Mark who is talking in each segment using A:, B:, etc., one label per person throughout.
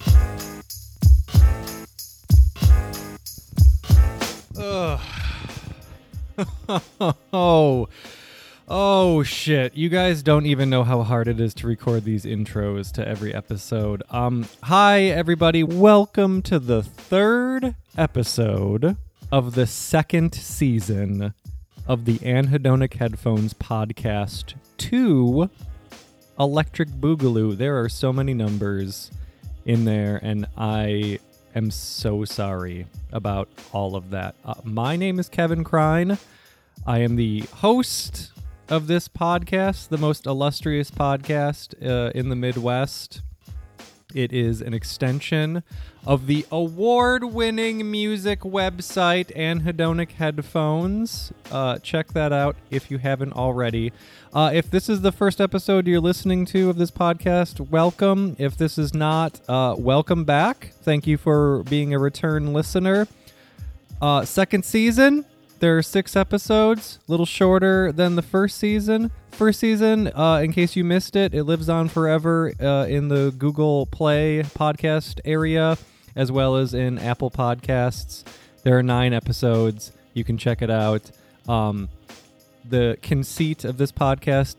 A: oh, oh shit! You guys don't even know how hard it is to record these intros to every episode. Um, hi everybody, welcome to the third episode of the second season of the Anhedonic Headphones podcast. Two, Electric Boogaloo. There are so many numbers in there, and I am so sorry about all of that. Uh, my name is Kevin Krine. I am the host of this podcast, the most illustrious podcast uh, in the Midwest. It is an extension of the award winning music website Anhedonic Headphones. Uh, check that out if you haven't already. Uh, if this is the first episode you're listening to of this podcast, welcome. If this is not, uh, welcome back. Thank you for being a return listener. Uh, second season, there are six episodes, a little shorter than the first season. First season, uh, in case you missed it, it lives on forever uh, in the Google Play podcast area, as well as in Apple Podcasts. There are nine episodes. You can check it out. Um, the conceit of this podcast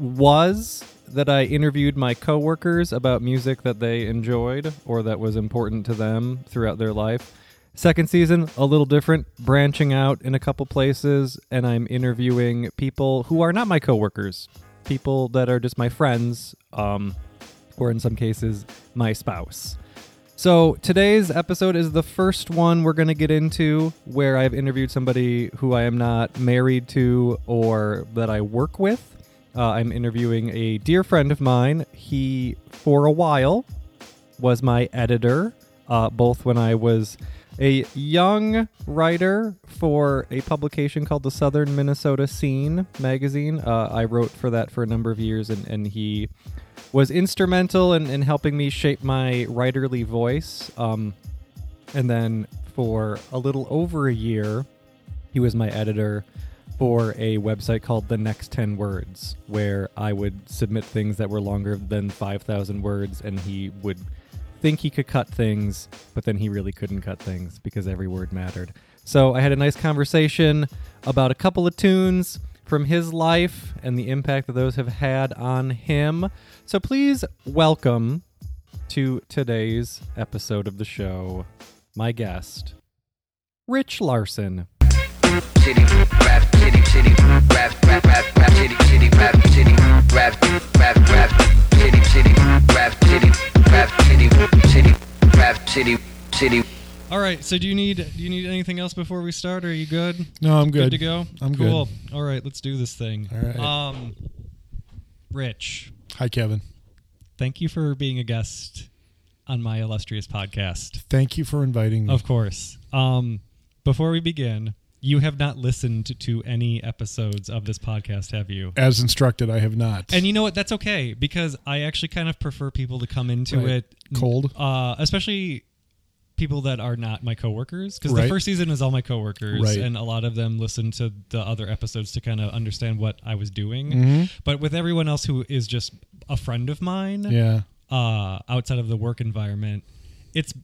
A: was that I interviewed my coworkers about music that they enjoyed or that was important to them throughout their life. Second season, a little different, branching out in a couple places, and I'm interviewing people who are not my coworkers, people that are just my friends, um, or in some cases, my spouse. So today's episode is the first one we're going to get into where I've interviewed somebody who I am not married to or that I work with. Uh, I'm interviewing a dear friend of mine. He, for a while, was my editor, uh, both when I was a young writer for a publication called the Southern Minnesota Scene magazine. Uh, I wrote for that for a number of years, and, and he was instrumental in, in helping me shape my writerly voice. Um, and then for a little over a year, he was my editor for a website called The Next 10 Words, where I would submit things that were longer than 5,000 words, and he would think he could cut things, but then he really couldn't cut things because every word mattered. So I had a nice conversation about a couple of tunes from his life and the impact that those have had on him. So please welcome to today's episode of the show my guest, Rich Larson.
B: city, rap city, city, rap, rap, rap, rap city, city, rap city, rap, rap, rap city, city, rap city, rap city, city, rap city, city.
A: All right. So do you need do you need anything else before we start? Are you good?
C: No, I'm good.
A: to go.
C: I'm good.
A: cool. All right. Let's do this thing.
C: All right.
A: Um, Rich,
C: Hi, Kevin.
A: thank you for being a guest on my illustrious podcast.
C: Thank you for inviting me.
A: Of course. Um, before we begin, you have not listened to any episodes of this podcast, have you?
C: As instructed, I have not.
A: And you know what? That's okay because I actually kind of prefer people to come into
C: Right.
A: it
C: Cold.
A: uh, especially people that are not my coworkers. Because the
C: Right.
A: first season is all my coworkers,
C: Right.
A: and a lot of them listen to the other episodes to kind of understand what I was doing.
C: Mm-hmm.
A: But with everyone else who is just a friend of mine,
C: yeah.
A: uh, outside of the work environment, it's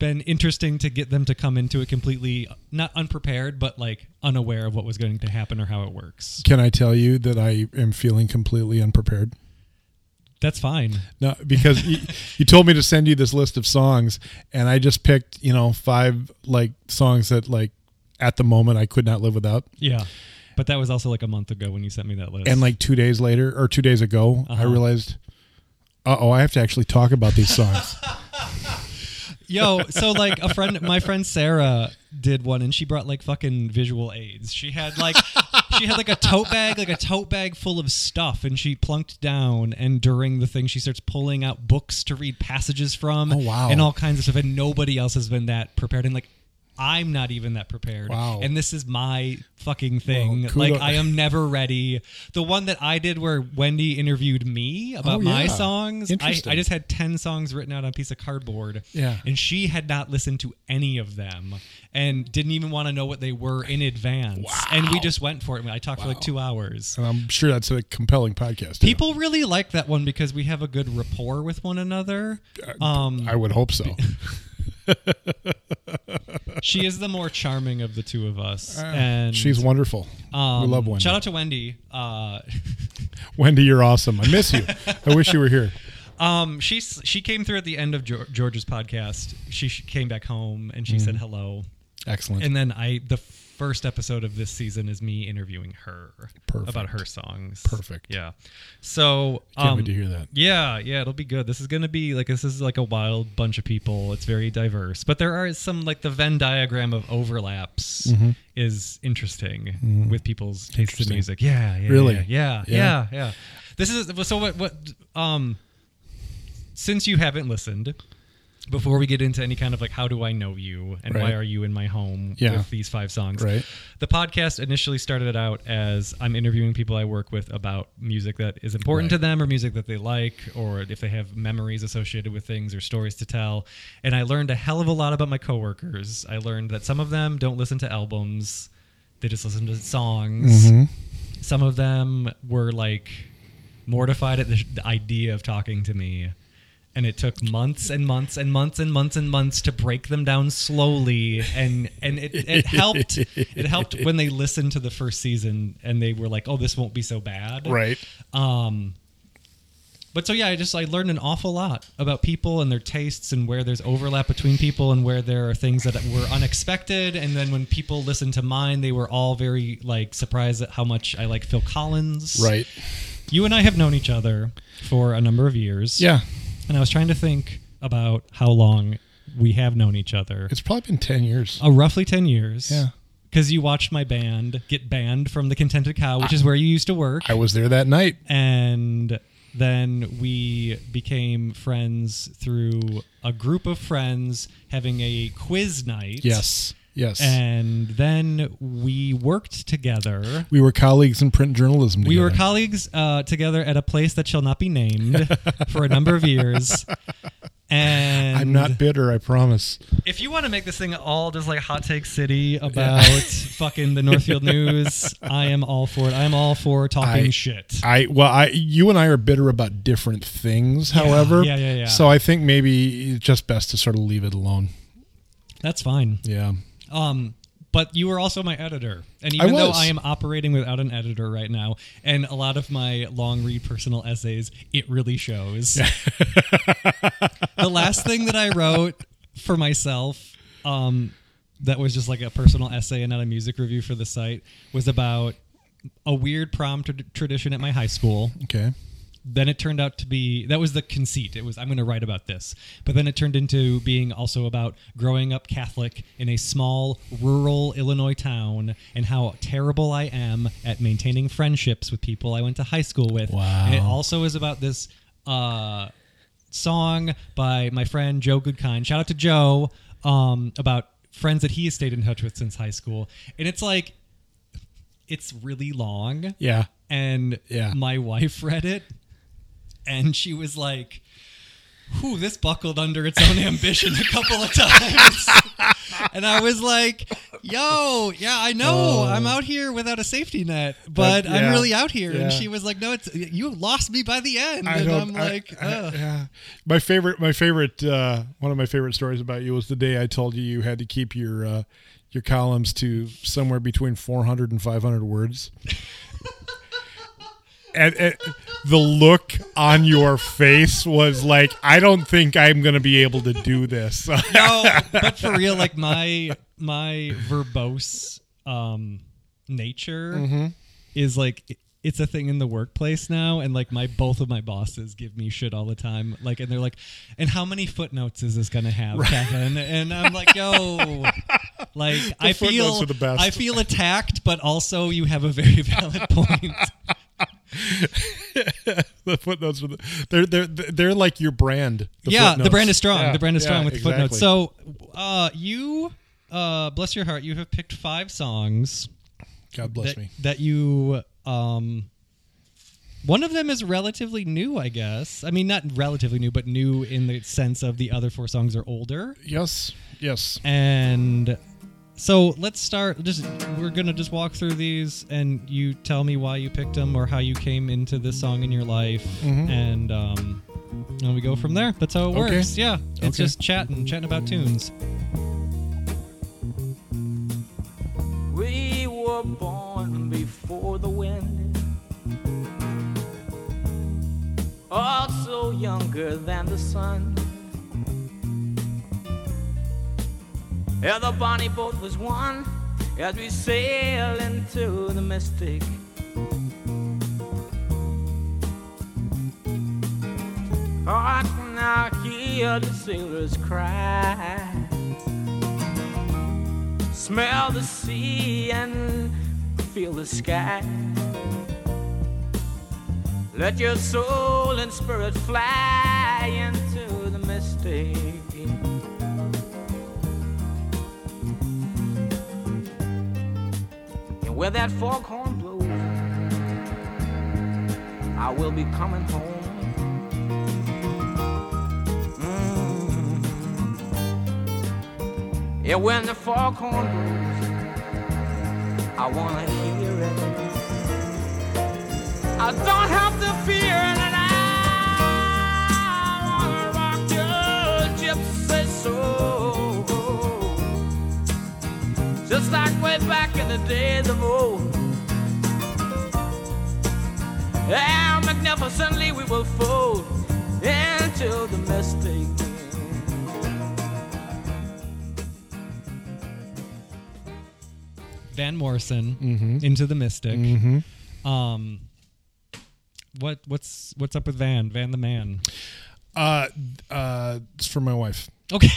A: been interesting to get them to come into it completely not unprepared, but like unaware of what was going to happen or how it works.
C: Can I tell you that I am feeling completely unprepared?
A: That's fine.
C: No, because you, you told me to send you this list of songs, and I just picked, you know, five like songs that like at the moment I could not live without.
A: Yeah. But that was also like a month ago when you sent me that list.
C: And like two days later, or two days ago,
A: Uh-huh.
C: I realized, uh oh, I have to actually talk about these songs.
A: Yo, so like a friend, my friend Sarah did one, and she brought like fucking visual aids. She had like, she had like a tote bag, like a tote bag full of stuff, and she plunked down. And during the thing, she starts pulling out books to read passages from.
C: Oh, wow.
A: And all kinds of stuff, and nobody else has been that prepared. And like, I'm not even that prepared.
C: Wow.
A: And this is my fucking thing.
C: Well, kudo-
A: like, I am never ready. The one that I did where Wendy interviewed me about
C: Oh,
A: my
C: yeah.
A: songs, I, I
C: Interesting.
A: just had 10 songs written out on a piece of cardboard.
C: Yeah.
A: And she had not listened to any of them and didn't even want to know what they were in advance. And we just went for it. I talked for like two hours.
C: and I'm sure that's a compelling podcast.
A: People really like that one because we have a good rapport with one another. Um,
C: I would hope so.
A: she is the more charming of the two of us,
C: Uh,
A: and
C: she's wonderful.
A: um,
C: we love Wendy.
A: Shout out to Wendy. Uh,
C: Wendy, you're awesome. I miss you. I wish you were here.
A: um, she's she came through at the end of Geor- George's podcast. She sh- came back home and she
C: Mm-hmm.
A: said hello,
C: Excellent.
A: and then I the first episode of this season is me interviewing her
C: Perfect.
A: about her songs.
C: Perfect.
A: Yeah. So
C: Can't
A: um,
C: wait to hear that.
A: Yeah, yeah, it'll be good. This is gonna be like this is like a wild bunch of people. It's very diverse, but there are some like the Venn diagram of overlaps is interesting with people's taste in
C: Mm-hmm. Interesting.
A: music. Yeah, yeah,
C: Really?
A: yeah, yeah, yeah,
C: Yeah.
A: yeah. This is so. What, what? Um, since you haven't listened, before we get into any kind of like how do I know you and why
C: Right.
A: are you in my home
C: Yeah.
A: with these five songs,
C: Right.
A: The podcast initially started out as I'm interviewing people I work with about music that is important to
C: Right.
A: them or music that they like or if they have memories associated with things or stories to tell. And I learned a hell of a lot about my coworkers. I learned that some of them don't listen to albums. They just listen to songs.
C: Mm-hmm.
A: Some of them were like mortified at the, sh- the idea of talking to me. And it took months and months and months and months and months to break them down slowly, and and it, it helped. It helped when they listened to the first season, and they were like, "Oh, this won't be so bad."
C: Right.
A: Um, but so yeah, I just I learned an awful lot about people and their tastes and where there's overlap between people and where there are things that were unexpected. And then when people listened to mine, they were all very like surprised at how much I like Phil Collins.
C: Right.
A: You and I have known each other for a number of years.
C: Yeah.
A: And I was trying to think about how long we have known each other.
C: It's probably been 10 years.
A: Uh, roughly ten years.
C: Yeah.
A: Because you watched my band get banned from the Contented Cow, which is where you used to work
C: I was there that night.
A: and then we became friends through a group of friends having a quiz night.
C: Yes. Yes.
A: And then we worked together.
C: we were colleagues in print journalism
A: We
C: together.
A: were colleagues uh, together at a place that shall not be named for a number of years. And
C: I'm not bitter, I promise.
A: if you want to make this thing all just like hot take city about fucking the Northfield News, I am all for it. I'm all for talking
C: I-
A: shit.
C: I well, I you and I are bitter about different things, however.
A: yeah, yeah, yeah.
C: So I think maybe it's just best to sort of leave it alone.
A: That's fine.
C: Yeah.
A: Um, but you were also my editor, and
C: I
A: even though
C: was.
A: I am operating without an editor right now, and a lot of my long read personal essays, it really shows. the last thing that I wrote for myself, um, that was just like a personal essay and not a music review for the site, was about a weird prom tra- tradition at my high school
C: Okay.
A: then it turned out to be that was the conceit it was i'm going to write about this but then it turned into being also about growing up catholic in a small rural illinois town and how terrible i am at maintaining friendships with people i went to high school with
C: Wow.
A: and it also is about this uh, song by my friend joe goodkind shout out to joe um, about friends that he has stayed in touch with since high school and it's like it's really long
C: Yeah.
A: and
C: Yeah.
A: my wife read it and she was like whew this buckled under its own ambition a couple of times and i was like yo yeah i know i'm out here without a safety net but i'm
C: Oh. yeah.
A: really out here
C: Yeah.
A: and she was like no it's you lost me by the end
C: I
A: and
C: don't,
A: i'm
C: I-
A: like
C: I-
A: Ugh.
C: yeah. My favorite, my favorite, uh, one of my favorite stories about you was the day I told you you had to keep your uh, your columns to somewhere between 400 and 500 words. and, and the look on your face was like, I don't think I'm going to be able to do this.
A: no, but for real, like my my verbose um nature
C: Mm-hmm.
A: is like it- it's a thing in the workplace now, and like my both of my bosses give me shit all the time. Like, and they're like, "And how many footnotes is this gonna have, Kevin?" And I'm like, "Yo." Like I
C: footnotes
A: feel,
C: are the best.
A: I feel attacked, but also you have a very valid point.
C: the footnotes were the, they're they're they're like your brand.
A: yeah, the
C: footnotes.
A: brand is strong.
C: Yeah,
A: the brand is
C: yeah,
A: strong with the footnotes.
C: exactly.
A: So, uh, you, uh, bless your heart, you have picked five songs
C: God bless
A: that,
C: me.
A: that you um one of them is relatively new i guess i mean not relatively new but new in the sense of the other four songs are older
C: Yes, yes.
A: and so let's start just we're gonna just walk through these and you tell me why you picked them or how you came into this song in your life and um and we go from there that's how it
C: Mm-hmm. Okay.
A: works yeah it's
C: Okay.
A: just chatting chatting about tunes
D: were born before the wind. Also younger than the sun. Yeah, the bonnie boat was one as we sail into the mystic. Oh, I can now hear the sailors cry smell the sea and feel the sky. Let your soul and spirit fly into the mystic. And where that foghorn blows, I will be coming home. Mm. Yeah, when the foghorn blows, I wanna hear it. I don't have to fear it, and I wanna rock your gypsy soul, just like way back in the days of old. How magnificently we will fold into the mystic.
A: Van Morrison
C: Mm-hmm.
A: into the Mystic. Um, what what's what's up with Van? Van the man.
C: Uh, uh, it's for my wife.
A: Okay,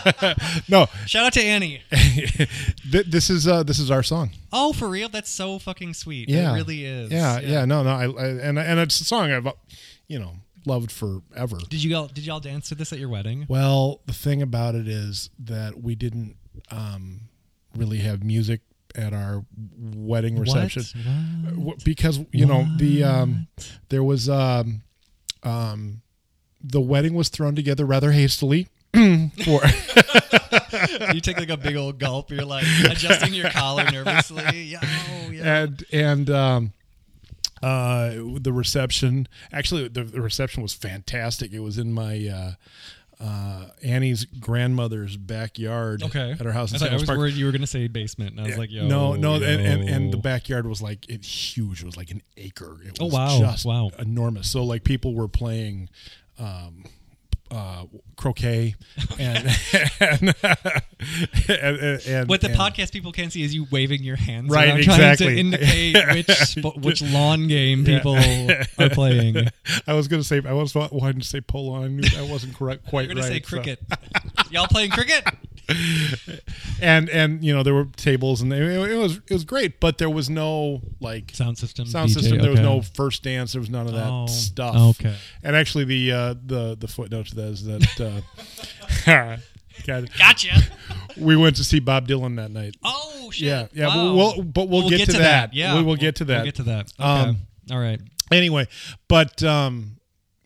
C: No,
A: shout out to Annie.
C: th- this is uh, this is our song.
A: Oh, for real? That's so fucking sweet.
C: Yeah,
A: it really is.
C: Yeah, yeah. no, no. I, I and and it's a song I've, uh, you know, loved forever.
A: Did you all did y'all dance to this at your wedding?
C: Well, the thing about it is that we didn't um, really have music at our wedding reception
A: What?
C: W- because you know the um, there was um, um, the wedding was thrown together rather hastily. for
A: you take like a big old gulp. You're like adjusting your collar nervously. Yeah, oh, yeah.
C: and and um uh the reception actually the, the reception was fantastic it was in my uh uh annie's grandmother's backyard
A: Okay.
C: at her house in
A: I, thought- I
C: Sandals
A: was
C: Park.
A: worried you were gonna say basement, and I was like, yo,
C: no, no, and, and, and the
A: yo.
C: backyard was like it huge. It was like an acre. It was
A: Oh, wow,
C: just
A: wow.
C: enormous. So like people were playing um, uh, croquet and and, and, and
A: What the
C: and-
A: podcast people can't see is you waving your hands
C: Right,
A: around,
C: exactly.
A: trying to indicate which sp- which lawn game people are playing. You're
C: I was gonna say I was wanting to say polo. and I knew that wasn't correct, quite
A: gonna
C: right.
A: say
C: so-
A: cricket. Y'all playing cricket?
C: and and you know there were tables and it, it was it was great, but there was no like
A: Sound system.
C: sound
A: DJ,
C: system. There was
A: okay.
C: no first dance. There was none of that
A: Oh,
C: stuff.
A: okay.
C: And actually, the uh, the the footnote to that is that uh, God,
A: Gotcha.
C: we went to see Bob Dylan that night.
A: Oh shit.
C: Yeah, yeah.
A: Wow.
C: We'll, we'll- but we'll, get, to, that.
A: Yeah,
C: we will get to that.
A: We'll get to that. Okay.
C: Um,
A: All right.
C: anyway but um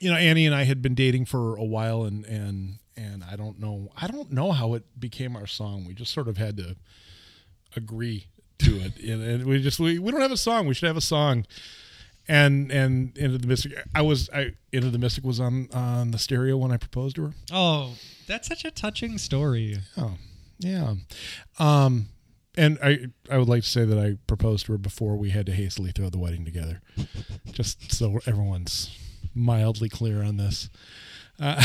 C: you know annie and i had been dating for a while and and and i don't know i don't know how it became our song we just sort of had to agree to it and, and we just we, we don't have a song we should have a song and and into the mystic i was i into the mystic was on on the stereo when i proposed to her
A: Oh, that's such a touching story.
C: oh yeah um and i i would like to say that i proposed to her before we had to hastily throw the wedding together just so everyone's mildly clear on this uh,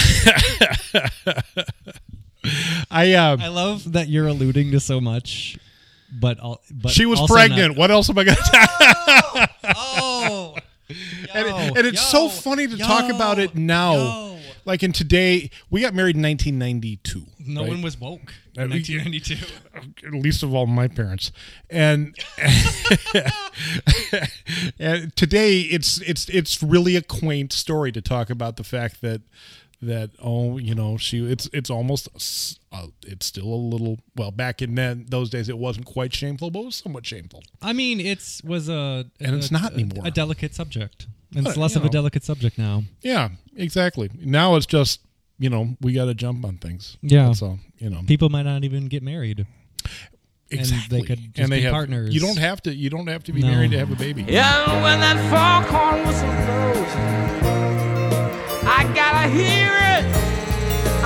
C: i um
A: I love that you're alluding to so much, but all, but
C: she was
A: also
C: pregnant
A: not-
C: what else am i gonna
A: Oh,
C: and, it-
A: Yo,
C: and it's so
A: yo,
C: funny to
A: yo,
C: talk about it now
A: yo.
C: like in today we got married in 1992
A: no
C: right?
A: one was woke
C: Uh,
A: in 1992.
C: least of all my parents and and today it's it's it's really a quaint story to talk about the fact that that oh you know she it's it's almost s- uh, it's still a little well back in then those days it wasn't quite shameful but it was somewhat shameful
A: I mean, it's was a
C: And it's
A: a-
C: not
A: a-
C: anymore.
A: a delicate subject. And
C: But,
A: it's less
C: you
A: of a
C: know.
A: delicate subject now.
C: yeah exactly now it's just you know we got to jump on things
A: Yeah.
C: so you know
A: People might not even get married.
C: exactly
A: could just be
C: have
A: partners.
C: you don't have to you don't have to be
A: No.
C: married to have a baby
D: Yeah, when that foghorn whistle blows, I gotta hear it.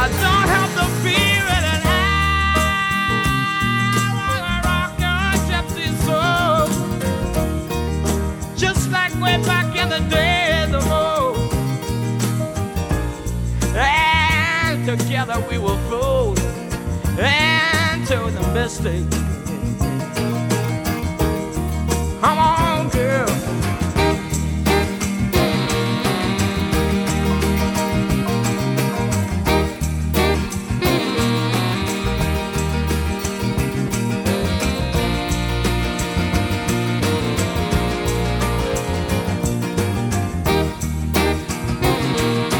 D: I don't have to fear it, and I wanna rock your gypsy soul, the days of old. And together we will float into the mystic. Come on, girl.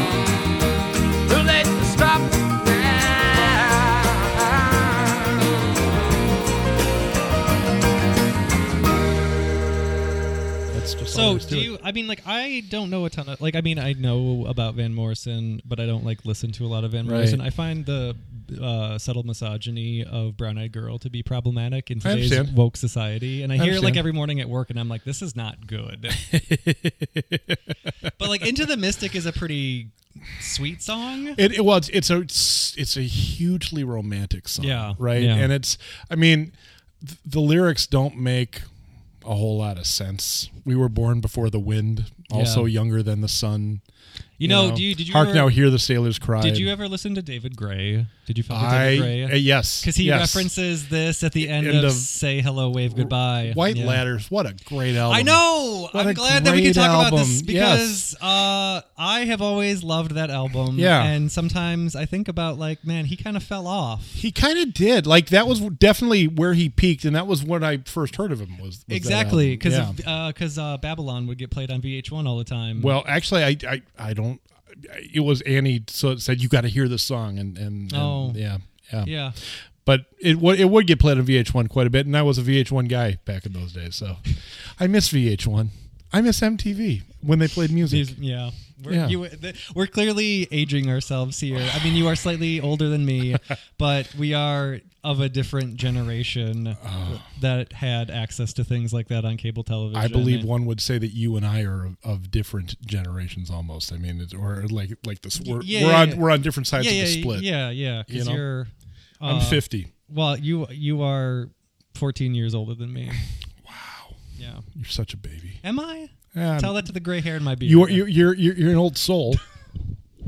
D: Too late to stop now.
C: That's just all
A: So
C: there is to
A: do
C: it.
A: you? I mean, like I don't know a ton of like. I mean, I know about Van Morrison, but I don't like listen to a lot of Van
C: Right.
A: Morrison. I find the uh, subtle misogyny of Brown Eyed Girl to be problematic in
C: I
A: today's
C: understand.
A: woke society, and I, hear it like
C: understand.
A: every morning at work, and I'm like, this is not good. but like, Into the Mystic is a pretty sweet song.
C: It, it well, it's, it's a it's, it's a hugely romantic song,
A: Yeah,
C: right.
A: yeah.
C: And it's, I mean, th- the lyrics don't make a whole lot of sense. We were born before the wind, also
A: Yeah.
C: younger than the sun.
A: You know? Do you? Did you?
C: hark
A: ever,
C: now? Hear the sailors cry.
A: Did you ever listen to David Gray? Did you follow
C: I
A: David Gray?
C: uh, yes,
A: because he
C: yes.
A: references this at the end,
C: End
A: of,
C: of
A: "Say Hello, Wave Goodbye."
C: White
A: Yeah.
C: Ladders. What a great album!
A: I know.
C: What a
A: I'm glad that we can
C: great
A: talk about this
C: album.
A: because uh, I have always loved that album.
C: Yeah.
A: and sometimes I think about like, man, he kind of fell off.
C: He kind of did. Like that was definitely where he peaked, and that was when I first heard of him. Was, was that
A: Exactly,
C: album.
A: because
C: Yeah.
A: because uh, Babylon would get played on VH1 all the time.
C: Well, actually, I I, I don't. It was Annie so said you got to hear this song, and and, and
A: Oh.
C: yeah, yeah
A: yeah.
C: But it would it would get played on VH1 quite a bit, and I was a VH1 guy back in those days, so I miss VH1. I miss MTV when they played music.
A: These- yeah. We're,
C: Yeah.
A: You, th- we're clearly aging ourselves here. I mean, you are slightly older than me, but we are of a different generation that had access to things like that on cable television.
C: Oh. I believe
A: And-
C: one would say that you and I are of, of different generations, almost. I mean, it's, or like like this. We're,
A: yeah,
C: we're
A: yeah,
C: on
A: yeah.
C: we're on different sides
A: yeah,
C: of
A: yeah,
C: the split.
A: yeah, Uh, yeah.
C: You
A: Because
C: know?
A: you are
C: I'm 50.
A: Well, you you are 14 years older than me. wow. Yeah.
C: You're such a baby.
A: Am I?
C: Um,
A: Tell that to the gray hair in my beard.
C: You are you're you're, you're, you're an old soul,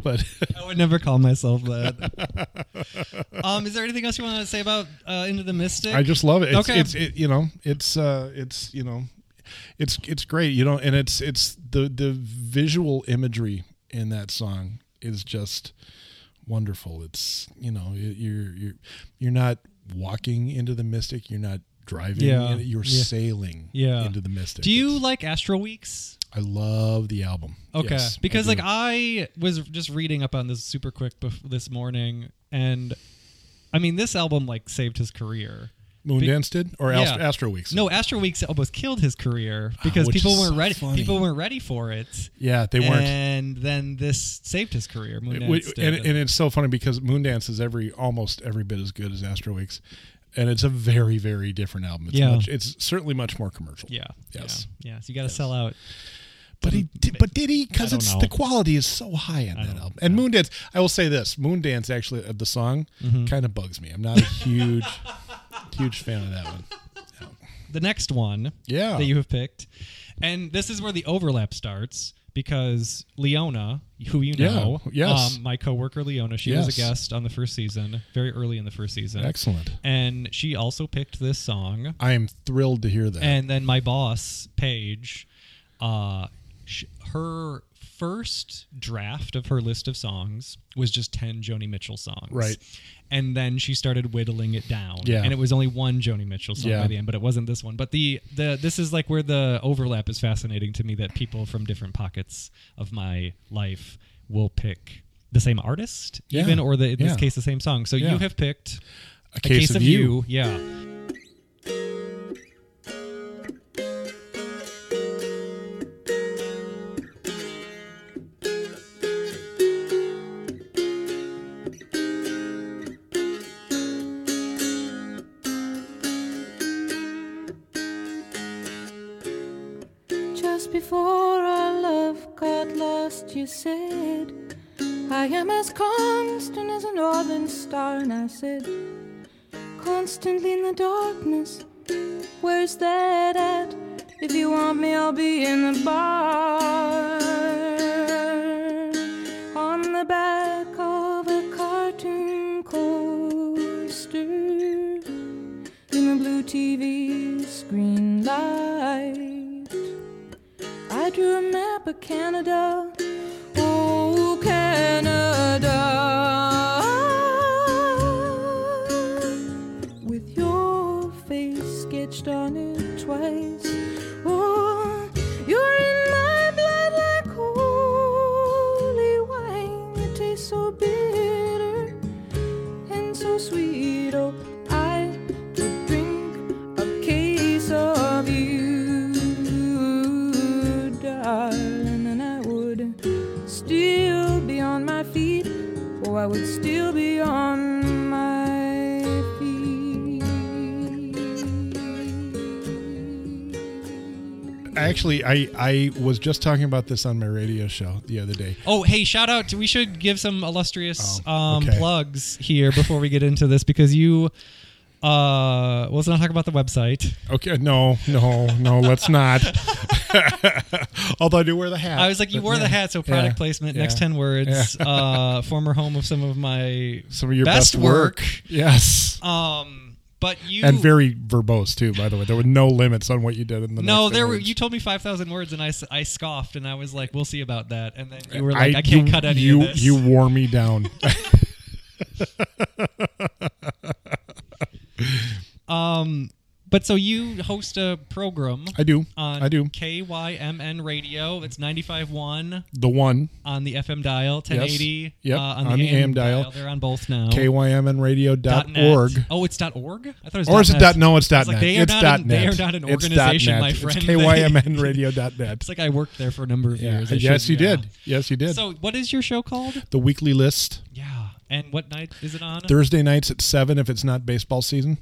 C: but
A: I would never call myself that. um, is there anything else you want to say about uh, Into the Mystic?
C: I just love it. It's,
A: Okay.
C: it's it, you know, it's uh, it's you know, it's it's great. You know, and it's it's the the visual imagery in that song is just wonderful. It's you know, y- you're you're you're not walking into the mystic. You're not driving.
A: Yeah.
C: in it, You're
A: Yeah.
C: sailing.
A: Yeah.
C: into the mystic.
A: Do you
C: It's-
A: like Astral Weeks?
C: I love the album.
A: Okay,
C: Yes,
A: because
C: I
A: like
C: do.
A: I was just reading up on this super quick bef- this morning, and I mean this album like saved his career.
C: Moondance did or Ast-
A: Yeah.
C: Astro Weeks.
A: No, Astro Weeks almost killed his career because
C: which
A: people
C: is
A: weren't
C: so
A: ready.
C: funny.
A: People weren't ready for it.
C: Yeah, they weren't.
A: And then this saved his career. Moon
C: It-
A: Dance
C: and,
A: did.
C: and it's so funny because Moondance is every almost every bit as good as Astro Weeks, and it's a very very different album. It's
A: Yeah.
C: much, it's certainly much more commercial.
A: yeah.
C: Yes.
A: Yeah. yeah. So you got to sell out.
C: but he did, but did he? Because
A: I don't
C: it's
A: know.
C: the quality is so high on that album. And Moondance, I will say this: Moondance actually uh, the song
A: Mm-hmm.
C: kind of bugs me. I'm not a huge huge fan of that one.
A: the next one
C: Yeah.
A: that you have picked. And this is where the overlap starts because Leona, who you
C: Yeah,
A: know,
C: yes.
A: um, my coworker Leona, she was
C: Yes.
A: a guest on the first season, very early in the first season.
C: Excellent.
A: And she also picked this song.
C: I am thrilled to hear that.
A: And then my boss, Paige, uh, sh- her first draft of her list of songs was just 10 Joni Mitchell songs.
C: Right.
A: And then she started whittling it down.
C: Yeah.
A: And it was only one Joni Mitchell song
C: Yeah.
A: by the end, but it wasn't this one. But the, the this is like where the overlap is fascinating to me that people from different pockets of my life will pick the same artist,
C: Yeah.
A: even, or the, in
C: Yeah.
A: this case, the same song. So
C: Yeah.
A: you have picked
C: a case, of, you.
A: yeah.
E: Just before our love got lost, you said, I am as constant as a northern star. And I said, Constantly in the darkness, where's that at? If you want me, I'll be in the bar. Canada. Oh, Canada. With your face sketched on it twice. Oh, you're in my blood like holy wine. It tastes so bitter and so sweet. Oh, I could drink a case of you, darling, and I would still be on my feet. Oh, I would still be on my feet.
C: Actually, I I was just talking about this on my radio show the other day.
A: Oh, hey, shout out to we should give some illustrious
C: Oh,
A: um,
C: okay.
A: plugs here before we get into this because you uh well, let's not talk about the website.
C: Okay, no, no, no, let's not. Although I do wear the hat.
A: I was like you
C: but
A: wore the
C: yeah,
A: hat so product
C: yeah,
A: placement
C: yeah.
A: next 10 words uh former home of some of my
C: Some of your
A: best
C: best, work. Yes.
A: um but you
C: and very verbose too, by the way. There were no limits on what you did in the
A: no,
C: next
A: there were.
C: image.
A: You told me five thousand words, and I, s- I scoffed, and I was like, "We'll see about that." And then you were like, "I, can't
C: you-
A: cut any
C: you,
A: of this."
C: You wore me down.
A: but so you host a program
C: I do.
A: on
C: I do.
A: KYMN Radio. It's ninety five one.
C: The one
A: on the FM dial, 1080.
C: Yep.
A: Uh, on,
C: On
A: the
C: the
A: AM,
C: AM dial.
A: dial. They're on both now. Dot net.
C: kymnradio.org.
A: Oh, it's dot .org? I thought it was
C: Or
A: dot
C: is it
A: net.
C: dot? No, it's dot
A: It's like
C: net.
A: they are
C: it's
A: not
C: dot
A: an-
C: net.
A: they are not an
C: It's dot
A: organization,
C: net.
A: my friend.
C: It's
A: They-
C: kymnradio.net.
A: It's like I worked there for a number of
C: Yeah.
A: years. I
C: Yes, you
A: should- yeah.
C: did. Yes, you did.
A: So, what is your show called?
C: the weekly list
A: Yeah. And what night is it on?
C: Thursday nights at seven if it's not baseball season.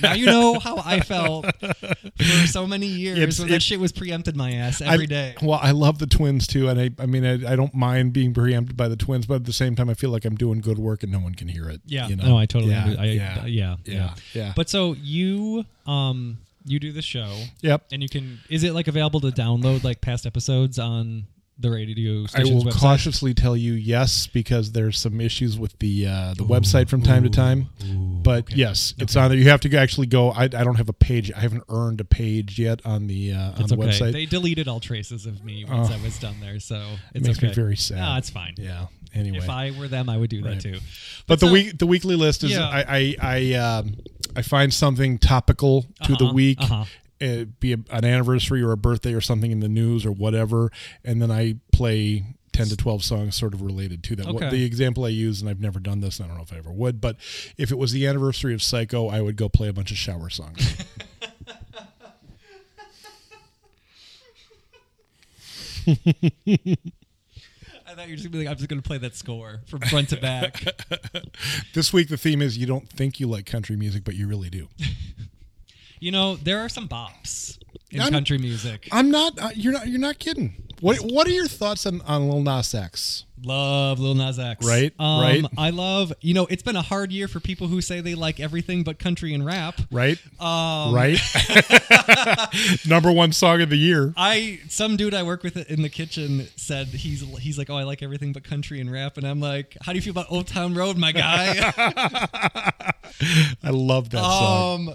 A: now you know how I felt for so many years
C: It's-
A: when
C: it-
A: that shit was preempted my ass every day.
C: I, well, I love the twins too, and I, I mean, I, I don't mind being preempted by the twins, but at the same time, I feel like I'm doing good work and no one can hear it.
A: Yeah.
C: you know?
A: No, I totally
C: yeah,
A: under- I,
C: yeah,
A: yeah, yeah,
C: yeah, yeah.
A: But so you um you do the show.
C: Yep.
A: And you can is it like available to download like past episodes on the radio
C: I
A: station's
C: will
A: website?
C: cautiously tell you yes because there's some issues with the uh, the website from time to time. but yes, it's on there. You have to actually go. I, I don't have a page. I haven't earned a page yet on the uh, on
A: It's
C: the
A: okay.
C: website. Oh.
A: They deleted all traces of me once I was done there, so it's
C: makes
A: okay.
C: me very sad.
A: No, it's fine.
C: yeah. Anyway,
A: If I were them, I would do
C: Right.
A: that too.
C: but the
A: so-
C: week the weekly list is
A: Yeah.
C: I I I, um, I find something topical to the
A: Uh-huh,
C: week.
A: uh-huh.
C: It be a, an anniversary or a birthday or something in the news or whatever, and then I play ten to twelve songs sort of related to that. What-
A: Okay.
C: the example I use, and I've never done this, and I don't know if I ever would, but if it was the anniversary of Psycho, I would go play a bunch of shower songs.
A: I thought you were just gonna be like, I'm just gonna play that score from front to back.
C: this week the theme is you don't think you like country music, but you really do.
A: you know, there are some bops in
C: I'm-
A: country music.
C: I'm not. Uh, you're not. You're not kidding. What What are your thoughts on on Lil Nas X?
A: Love Lil Nas X.
C: Right,
A: Um,
C: right.
A: I love, you know, it's been a hard year for people who say they like everything but country and rap.
C: right?
A: Um,
C: right? Number one song of the year.
A: I some dude I work with in the kitchen said he's he's like oh I like everything but country and rap and I'm like how do you feel about Old Town Road my guy
C: I love that song.
A: um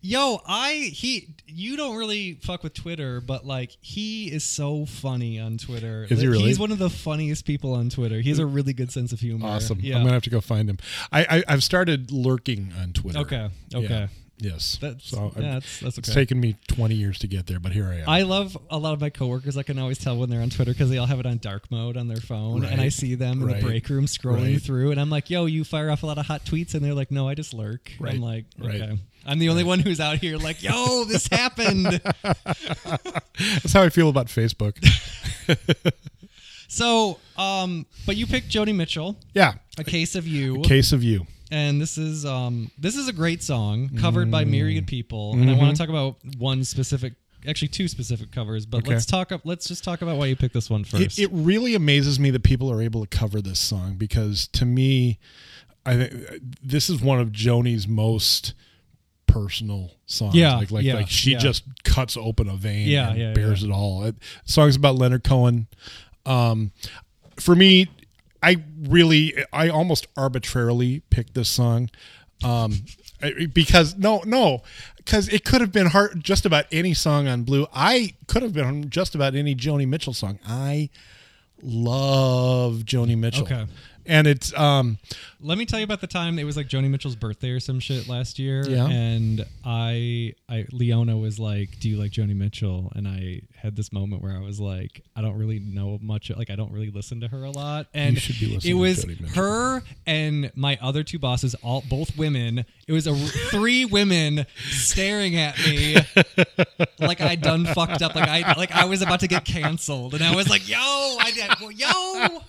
A: yo I he you don't really fuck with Twitter but like he is so funny on Twitter
C: Is he
A: Like,
C: really?
A: he's one of the funniest people on Twitter he has a really good sense of humor
C: Awesome.
A: yeah
C: I'm gonna have to go find him. I, I I've started lurking on Twitter.
A: Okay,
C: Yeah.
A: okay.
C: Yes.
A: That's-
C: so
A: yeah,
C: I'm-
A: that's- that's
C: It's
A: okay.
C: taken me 20 years to get there, but here I am.
A: I love a lot of my coworkers. I can always tell when they're on Twitter because they all have it on dark mode on their phone,
C: Right.
A: and I see them in
C: Right.
A: the break room scrolling
C: Right.
A: through, and I'm like, "Yo, you fire off a lot of hot tweets," and they're like, "No, I just lurk."
C: Right.
A: I'm like,
C: Right.
A: "Okay." I'm the only one who's out here like, "Yo, this happened."
C: that's how I feel about Facebook.
A: so, um, but you picked Joni Mitchell,
C: yeah.
A: "A Case of You,"
C: Case of you.
A: and this is um, this is a great song covered
C: Mm.
A: by myriad people, and I want
C: Mm-hmm.
A: to talk about one specific. Actually, two specific covers, but
C: Okay.
A: let's talk. Up, let's just talk about why you picked this one first.
C: It, it really amazes me that people are able to cover this song because to me, I think this is one of Joni's most personal songs.
A: Yeah,
C: like like,
A: yeah,
C: like she
A: yeah.
C: just cuts open a vein.
A: Yeah,
C: and
A: yeah,
C: bears it all. It, songs about Leonard Cohen. Um, for me, I really, I almost arbitrarily picked this song. Um, I- because no, no, because it could have been hard, just about any song on Blue. I could have been on just about any Joni Mitchell song. I love Joni Mitchell.
A: Okay.
C: And it's um
A: Let me tell you about the time it was like Joni Mitchell's birthday or some shit last year.
C: Yeah.
A: And I, I Leona was like, "Do you like Joni Mitchell?" And I had this moment where I was like, "I don't really know much. Like, I don't really listen to her a lot." And
C: should be listening
A: it
C: to
A: was
C: Joni Mitchell.
A: her and my other two bosses, all both women. It was a three women staring at me like I done fucked up. Like I like I was about to get canceled, and I was like, "Yo, I did, yo."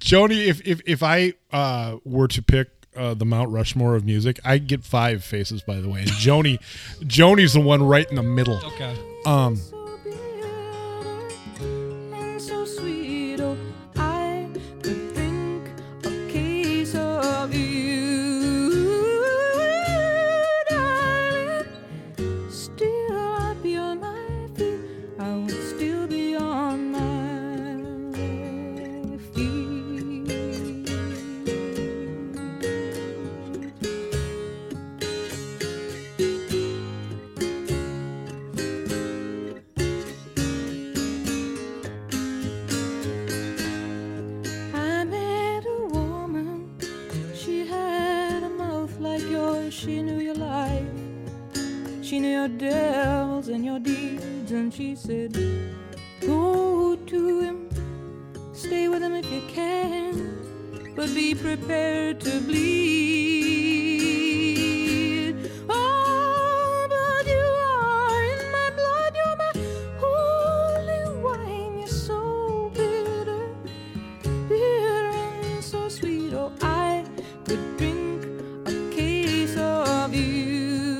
C: Joni. If if if I uh, were to pick. Uh, the Mount Rushmore of music. I get five faces, by the way. And Joni, Joni's the one right in the middle.
A: Okay.
C: Um,
E: so bitter and so sweet. Oh, I could drink a case of you, darling. Still, I'd be on my feet. I would still be on my feet. I met a woman. She had a mouth like yours. She knew your life. She knew your devils and your deeds. And she said, Go to him. Stay with him if you can. But be prepared to bleed. Oh, but you are in my blood. You're my holy wine. You're so bitter bitter and so sweet. Oh, I could drink a case of you,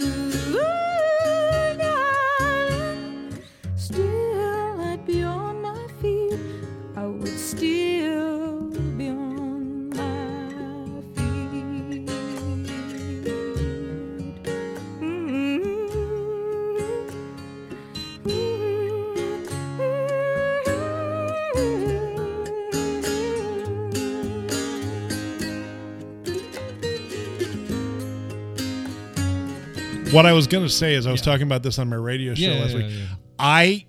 E: darling. Still, I'd be on my feet. I would still be on my feet. Mm. Mm-hmm.
C: what I was going to say is, I was talking about this on my radio show
A: Yeah,
C: last
A: yeah,
C: week.
A: yeah.
C: I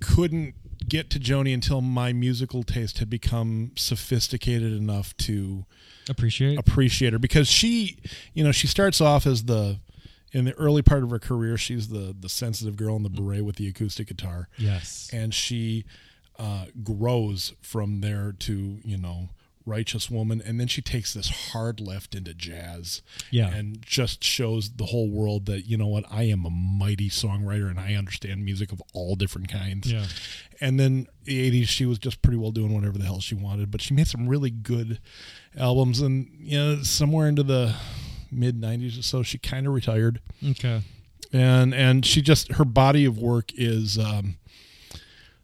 C: couldn't get to Joni until my musical taste had become sophisticated enough to
A: Appreciate.
C: appreciate her because she, you know, she starts off as the in the early part of her career, she's the the sensitive girl in the
A: Mm.
C: beret with the acoustic guitar.
A: Yes.
C: and she uh, grows from there to you know righteous woman and then she takes this hard left into jazz
A: Yeah.
C: and just shows the whole world that you know what i am a mighty songwriter and i understand music of all different kinds
A: Yeah.
C: and then the 80s she was just pretty well doing whatever the hell she wanted but she made some really good albums and you know somewhere into the mid 90s or so she kind of retired
A: Okay.
C: and and she just her body of work is um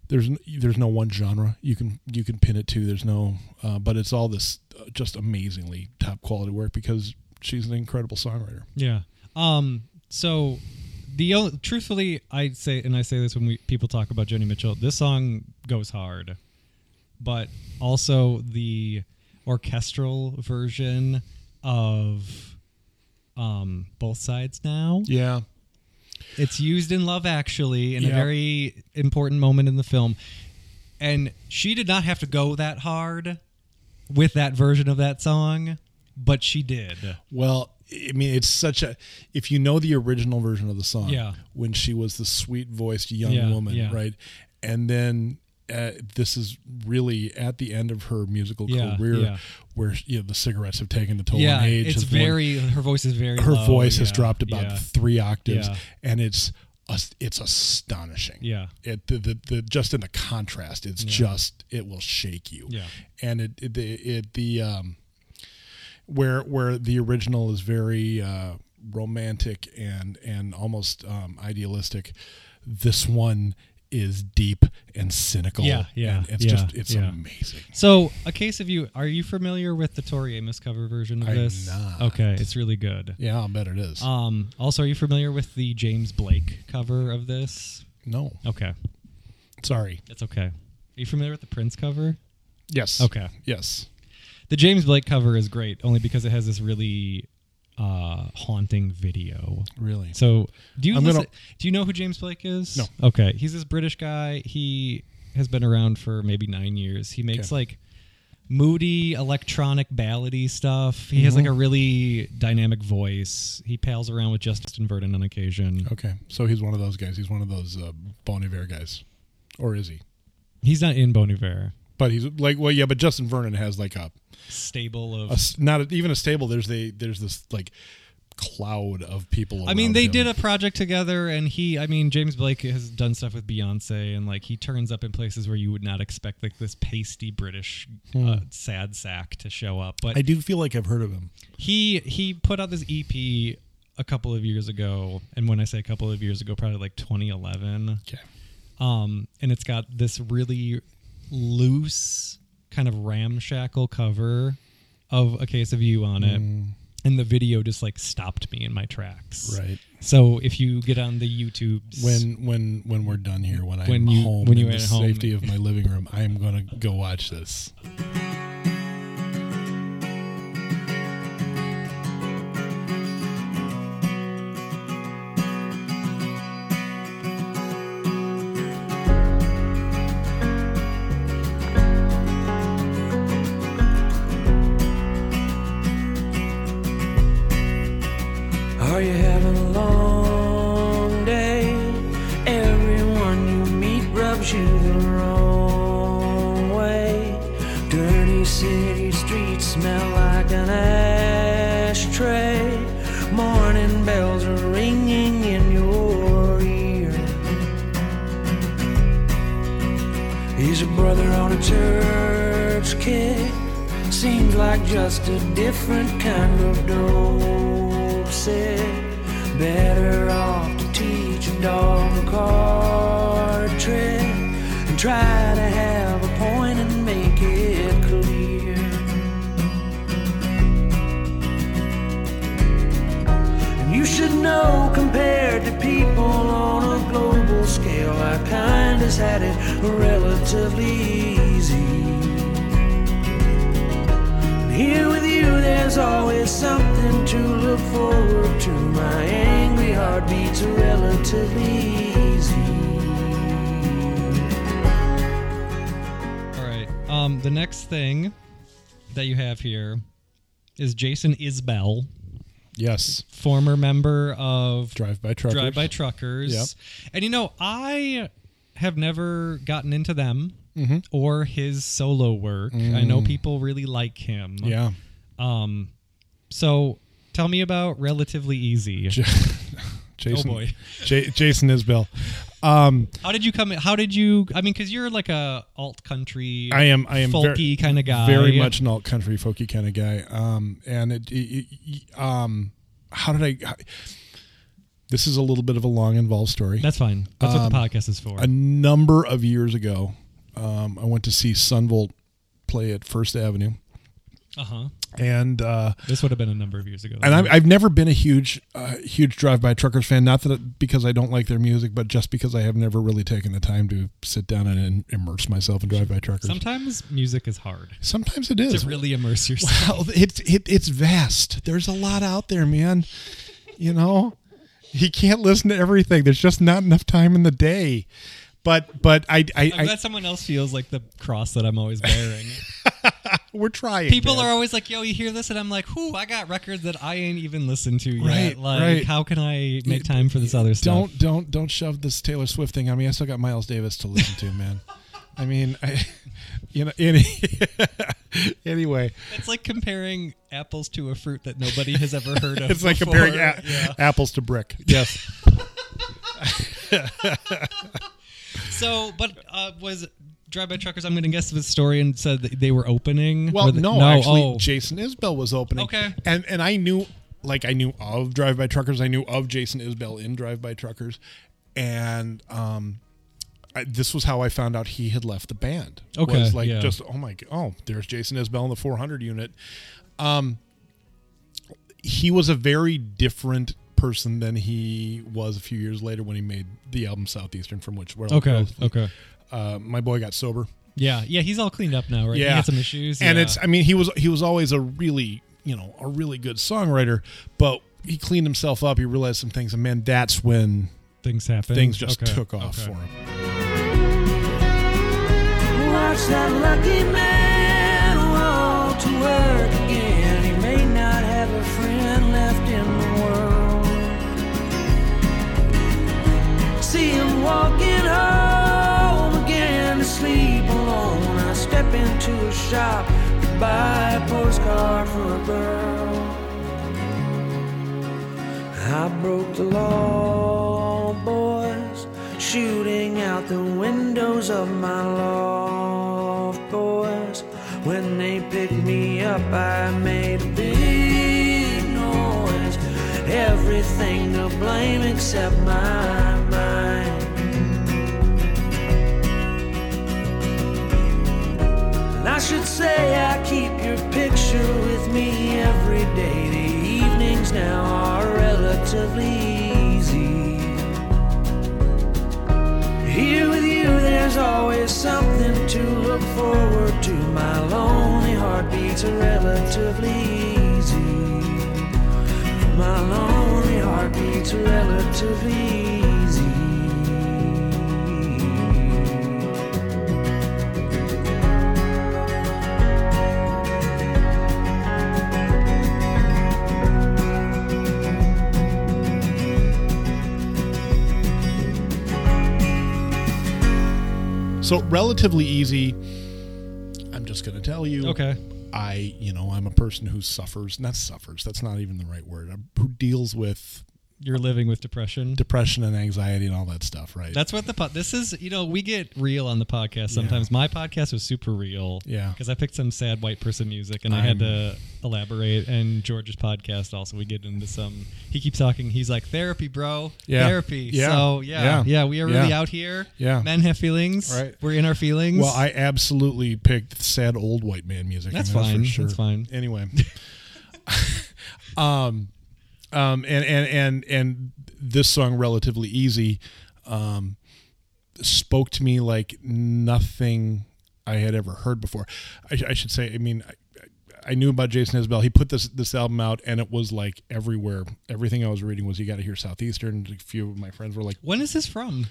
C: there's n- there's no one genre you can you can pin it to there's no uh, but it's all this uh, just amazingly top quality work because she's an incredible songwriter
A: Yeah. Um. So, the o- truthfully, I say, and I say this when we people talk about Joni Mitchell, this song goes hard, but also the orchestral version of um both sides now
C: yeah
A: it's used in love actually in
C: Yeah.
A: a very important moment in the film and she did not have to go that hard with that version of that song but she did
C: well i mean it's such a if you know the original version of the song
A: Yeah.
C: when she was the sweet voiced young
A: Yeah,
C: woman
A: yeah.
C: right and then uh, this is really at the end of her musical
A: Yeah,
C: career
A: yeah.
C: where you know, the cigarettes have taken the toll
A: yeah
C: on age
A: it's
C: has worn-
A: very her voice is very
C: her
A: low,
C: voice has
A: yeah,
C: dropped about
A: yeah,
C: three octaves,
A: Yeah.
C: and it's as- it's astonishing.
A: Yeah.
C: it the, the, the just in the contrast, it's just it will shake you.
A: Yeah.
C: and it it, the- it the um where where the original is very uh, romantic and and almost um, idealistic, this one is deep and cynical.
A: Yeah, yeah,
C: and it's
A: yeah,
C: just it's
A: yeah.
C: amazing.
A: so a case of you are you familiar with the tori amos cover version of
C: I'm
A: this
C: not.
A: okay it's really good
C: Yeah, I'll bet it is.
A: um also are you familiar with the james blake cover of this
C: no,
A: okay
C: sorry.
A: it's okay are you familiar with the prince cover
C: Yes.
A: Okay.
C: Yes.
A: The James Blake cover is great only because it has this really uh, haunting video.
C: Really?
A: So do you
C: I'm
A: listen,
C: gonna-
A: do you know who James Blake is?
C: No.
A: Okay, he's this British guy. He has been around for maybe nine years. He makes
C: Okay.
A: like moody electronic ballady stuff. He has
C: Mm-hmm.
A: like a really dynamic voice. He pals around with Justin Vernon on occasion.
C: Okay, so he's one of those guys. He's one of those uh, Bon Iver guys, or is he?
A: He's not in Bon Iver.
C: But he's like, well, yeah. But Justin Vernon has like a,
A: Stable of
C: a s- not a, even a stable. There's they there's this like cloud of people.
A: I mean,
C: around
A: they
C: him.
A: did a project together, and he, I mean, James Blake has done stuff with Beyonce, and like he turns up in places where you would not expect like this pasty British uh, sad sack to show up. But
C: Hmm. I do feel like I've heard of him.
A: he he put out this EP a couple of years ago, and when I say a couple of years ago, probably like 2011.
C: Okay.
A: Um, and it's got this really loose, kind of ramshackle cover of A Case of You on it. And the video just like stopped me in my tracks.
C: Mm. Right.
A: So if you get on the YouTube,
C: When when when we're done here, when I'm
A: When you-
C: home,
A: when
C: in
A: you're
C: the
A: at home.
C: safety of my living room, I am gonna go watch this.
F: Are you having a long day? Everyone you meet rubs you the wrong way. Dirty city streets smell like an ashtray. Morning bells are ringing in your ear. He's a brother on a church kick. Seems like just a different kind of dope sick. Better off to teach a dog a card trick and try to have a point and make it clear. And you should know compared to people on a global scale, our kind has had it relatively easy. Here with you, there's always something to look forward to. My angry heart beats are relatively easy.
A: all right. Um, the next thing that you have here is Jason Isbell,
C: Yes,
A: former member of
C: Drive by Truckers.
A: Drive by Truckers. And you know, I have never gotten into them
C: Mm-hmm.
A: or his solo work. I know people really like him.
C: Mm. Yeah.
A: Um, so tell me about Relatively Easy.
C: J- Jason.
A: boy.
C: J- Jason Isbell. Um,
A: How did you come? How did you? I mean, because you're like a alt country.
C: I am. I am ver-
A: folky kind of guy.
C: Very much an alt country folky kind of guy. Um, and it, it- it- um, how did I? This is a little bit of a long involved story.
A: That's fine. That's what the podcast is for.
C: Um, a number of years ago, um, I went to see Sunvolt play at First Avenue,
A: Uh huh.
C: and uh,
A: This would have been a number of years ago.
C: and I've, I've never been a huge, uh, huge Drive By Truckers fan. Not that it- because I don't like their music, but just because I have never really taken the time to sit down and, in- immerse myself in Drive By Truckers.
A: Sometimes music is hard
C: Sometimes it is.
A: to really immerse yourself.
C: Wow, it's it, it's vast. There's a lot out there, man. You know, he can't listen to everything. There's just not enough time in the day. But but I I,
A: I'm
C: I
A: glad someone else feels like the cross that I'm always bearing.
C: we're trying.
A: People
C: man.
A: are always like, "Yo, you hear this?" And I'm like, "Whoo, I got records that I ain't even listened to yet.
C: Right,
A: like,
C: right.
A: how can I make time for this other stuff?"
C: Don't don't don't shove this Taylor Swift thing on me. I still got Miles Davis to listen to, man. I mean, I, you know, any, anyway,
A: It's like comparing apples to a fruit that nobody has ever heard of.
C: it's like
A: before.
C: comparing a-
A: Yeah.
C: apples to brick. Yes,
A: So, but uh, was Drive By Truckers? I'm going to guess the story and said that they were opening.
C: Well,
A: Were they-
C: no, actually,
A: oh.
C: Jason Isbell was opening.
A: Okay.
C: and and I knew, like, I knew of Drive By Truckers. I knew of Jason Isbell in Drive By Truckers, and um, I, this was how I found out he had left the band.
A: Okay,
C: was like
A: yeah.
C: just oh my, g- oh, there's Jason Isbell in the 400 unit. Um, he was a very different person than he was a few years later when he made the album Southeastern, from which we're
A: okay, okay,
C: uh, my boy got sober.
A: yeah, yeah. He's all cleaned up now, right? he
C: Yeah,
A: had some issues,
C: and
A: yeah.
C: it's I mean he was he was always a really you know, a really good songwriter, but he cleaned himself up. He realized some things, and man, that's when
A: Things happen.
C: things just
A: Okay,
C: took off
A: okay.
C: for him.
D: Watch that lucky man walk to work again. He may not have a friend left in the world. See him walking home again to sleep alone. I step into a shop to buy a postcard for a girl. I broke the law, boys, shooting out the windows of my loft, boys. When they picked me up, I made a big noise. Everything to blame except my mind. And I should say I keep your picture with me every day. The evenings now are relatively easy. Here with you, there's always something to look forward to. My lonely heartbeats are relatively easy. My lonely heartbeats are relatively easy.
C: So relatively easy. I'm just going to tell you.
A: Okay.
C: I, you know, I'm a person who suffers, not suffers, that's not even the right word, I'm- who deals with
A: You're living with depression.
C: depression and anxiety and all that stuff, right?
A: That's what the pod. This is, you know, we get real on the podcast sometimes. My podcast was super real.
C: Yeah.
A: Because I picked some sad white person music and i had to elaborate. And George's podcast also, we get into some. He keeps talking. He's like, therapy, bro.
C: Yeah.
A: Therapy.
C: Yeah.
A: So, yeah. Yeah.
C: Yeah.
A: we are really
C: Yeah.
A: out here.
C: Yeah.
A: Men have feelings.
C: Right.
A: We're in our feelings.
C: well, I absolutely picked sad old white man music. I
A: That's
C: mean,
A: fine,
C: For sure.
A: that's fine.
C: Anyway, um, um, and and and and this song, relatively easy, um, spoke to me like nothing I had ever heard before. I, I should say, I mean. I, I knew about Jason Isbell. He put this this album out, and it was like everywhere. Everything I was reading was you got to hear Southeastern. A few of my friends were like
A: When is this from?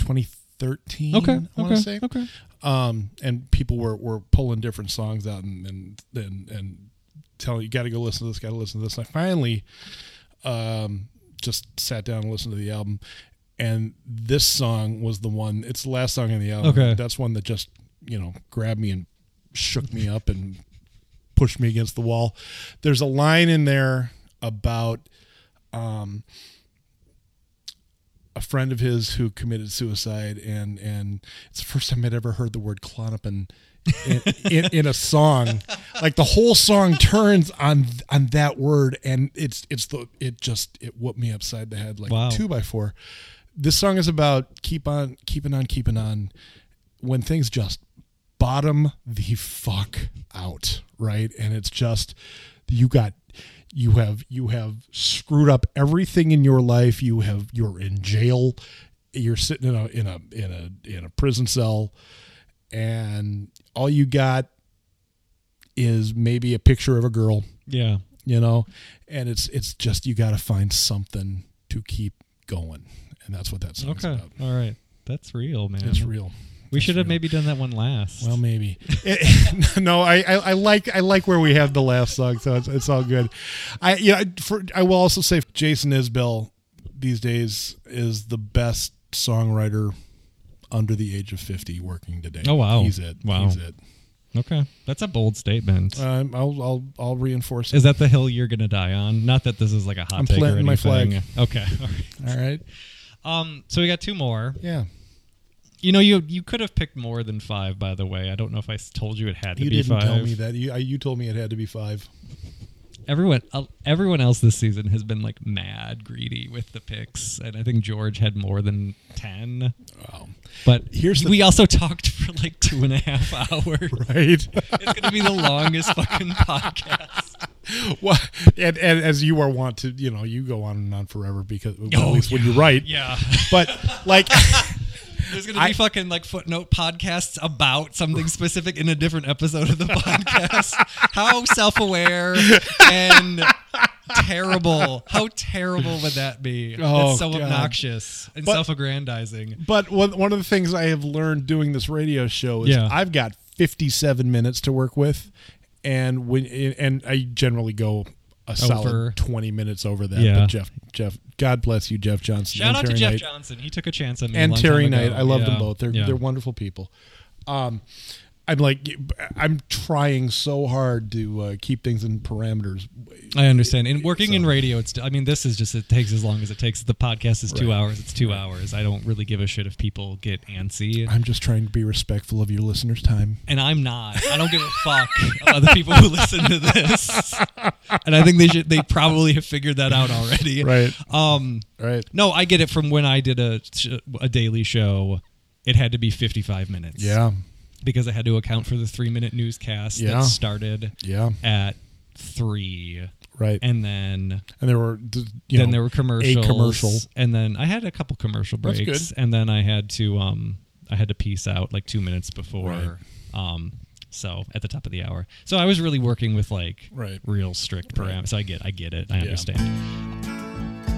C: 2013. I
A: Okay.
C: want
A: okay.
C: to say
A: Okay.
C: um, and people were, were pulling different songs out and and and, and telling you got to go listen to this, got to listen to this. And I finally um, just sat down and listened to the album, and this song was the one. It's the last song in the album.
A: Okay.
C: that's one that just you know grabbed me and shook me up and pushed me against the wall. There's a line in there about um, a friend of his who committed suicide, and and it's the first time I'd ever heard the word clonopin in, in, in a song. Like the whole song turns on on that word, and it's it's the it just it whooped me upside the head like
A: Wow.
C: a two by four. This song is about keep on keeping on keeping on when things just bottom the fuck out, right? And it's just you got you have you have screwed up everything in your life. You have you're in jail. You're sitting in a in a in a in a prison cell and all you got is maybe a picture of a girl,
A: Yeah.
C: you know, and it's it's just you got to find something to keep going. And that's what that song's
A: Okay.
C: about.
A: All right. That's real, man.
C: It's real.
A: We should have
C: real.
A: maybe done that one last.
C: Well, maybe. It- no, I, I, I like I like where we have the last song, so it's, it's all good. I you know, for, I will also say Jason Isbell these days is the best songwriter under the age of fifty working today.
A: Oh, wow.
C: he's it.
A: Wow.
C: he's it.
A: okay. That's a bold statement.
C: Um, I'll I'll I'll reinforce it.
A: Is that the hill you're gonna die on? Not that this is like a hot.
C: I'm
A: take or
C: planting my
A: anything. Okay. All right.
C: All right.
A: Um. So we got two more.
C: Yeah.
A: You know, you you could have picked more than five. By the way, I don't know if I s- told you it had to
C: You
A: be
C: didn't
A: five.
C: tell me that. You I, you told me it had to be five.
A: Everyone, uh, everyone else this season has been like mad greedy with the picks, and I think George had more than ten.
C: Wow.
A: But
C: Here's the-
A: we also talked for like two and a half hours.
C: Right.
A: It's gonna be the longest fucking podcast.
C: well, and, and as you are wont to, you know, you go on and on forever because well,
A: Oh,
C: at least when
A: yeah.
C: you write.
A: Yeah.
C: But like
A: There's gonna be
C: I-
A: fucking like footnote podcasts about something specific in a different episode of the podcast. How self-aware and terrible! How terrible would that be?
C: Oh,
A: That's so
C: God.
A: obnoxious and
C: But-
A: self-aggrandizing.
C: But one one of the things I have learned doing this radio show is
A: Yeah.
C: I've got 57 minutes to work with, and when and I generally go a
A: Over.
C: solid 20 minutes over that.
A: Yeah.
C: But Jeff, Jeff, God bless you, Jeff Johnson.
A: Shout
C: and
A: out to
C: Terry
A: Jeff
C: Knight.
A: Johnson. He took a chance on me. a
C: and
A: long
C: Terry
A: time ago.
C: Knight. I love
A: Yeah.
C: them both. They're
A: Yeah.
C: they're wonderful people. Um, I'm like I'm trying so hard to uh, keep things in parameters.
A: I understand. And working in radio, it's. I mean, this is just. It takes as long as it takes. The podcast is two hours. It's two hours. I don't really give a shit if people get antsy.
C: I'm just trying to be respectful of your listeners' time.
A: and I'm not. I don't give a fuck about the people who listen to this. And I think they should. They probably have figured that out already.
C: Right.
A: Um.
C: Right.
A: No, I get it. From when I did a sh- a daily show, it had to be 55 minutes.
C: Yeah.
A: Because I had to account for the three minute newscast
C: Yeah.
A: that started.
C: Yeah.
A: At three.
C: Right. And,
A: And then
C: there were d- you
A: then
C: know,
A: there were commercials.
C: A commercial.
A: and then I had a couple commercial
C: That's
A: breaks,
C: good.
A: and then I had to um I had to piece out like two minutes before um so at the top of the hour. So I was really working with like
C: Right.
A: real strict parameters. So I get I get it. I understand.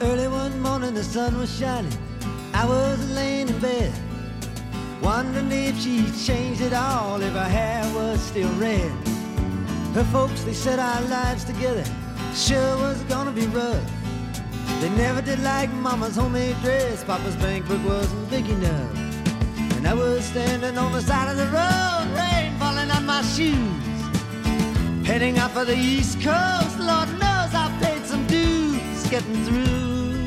G: Early one morning the sun was shining. I was laying in bed, wondering if she'd changed at all, if her hair was still red. Her folks, they said our lives together sure was gonna be rough. They never did like mama's homemade dress, papa's bankbook wasn't big enough. And I was standing on the side of the road, rain falling on my shoes. Heading up for the East Coast, Lord knows I paid some dues getting through.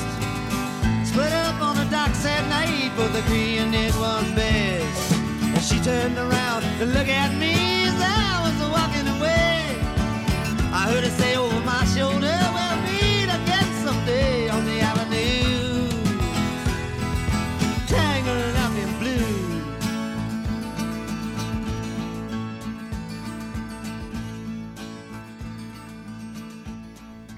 G: Split up on the docks at night, both agreeing it was best. And she turned around to look at me as I was walking away. I heard her say over my shoulder, we'll meet again someday on the avenue. Tangled up in blue.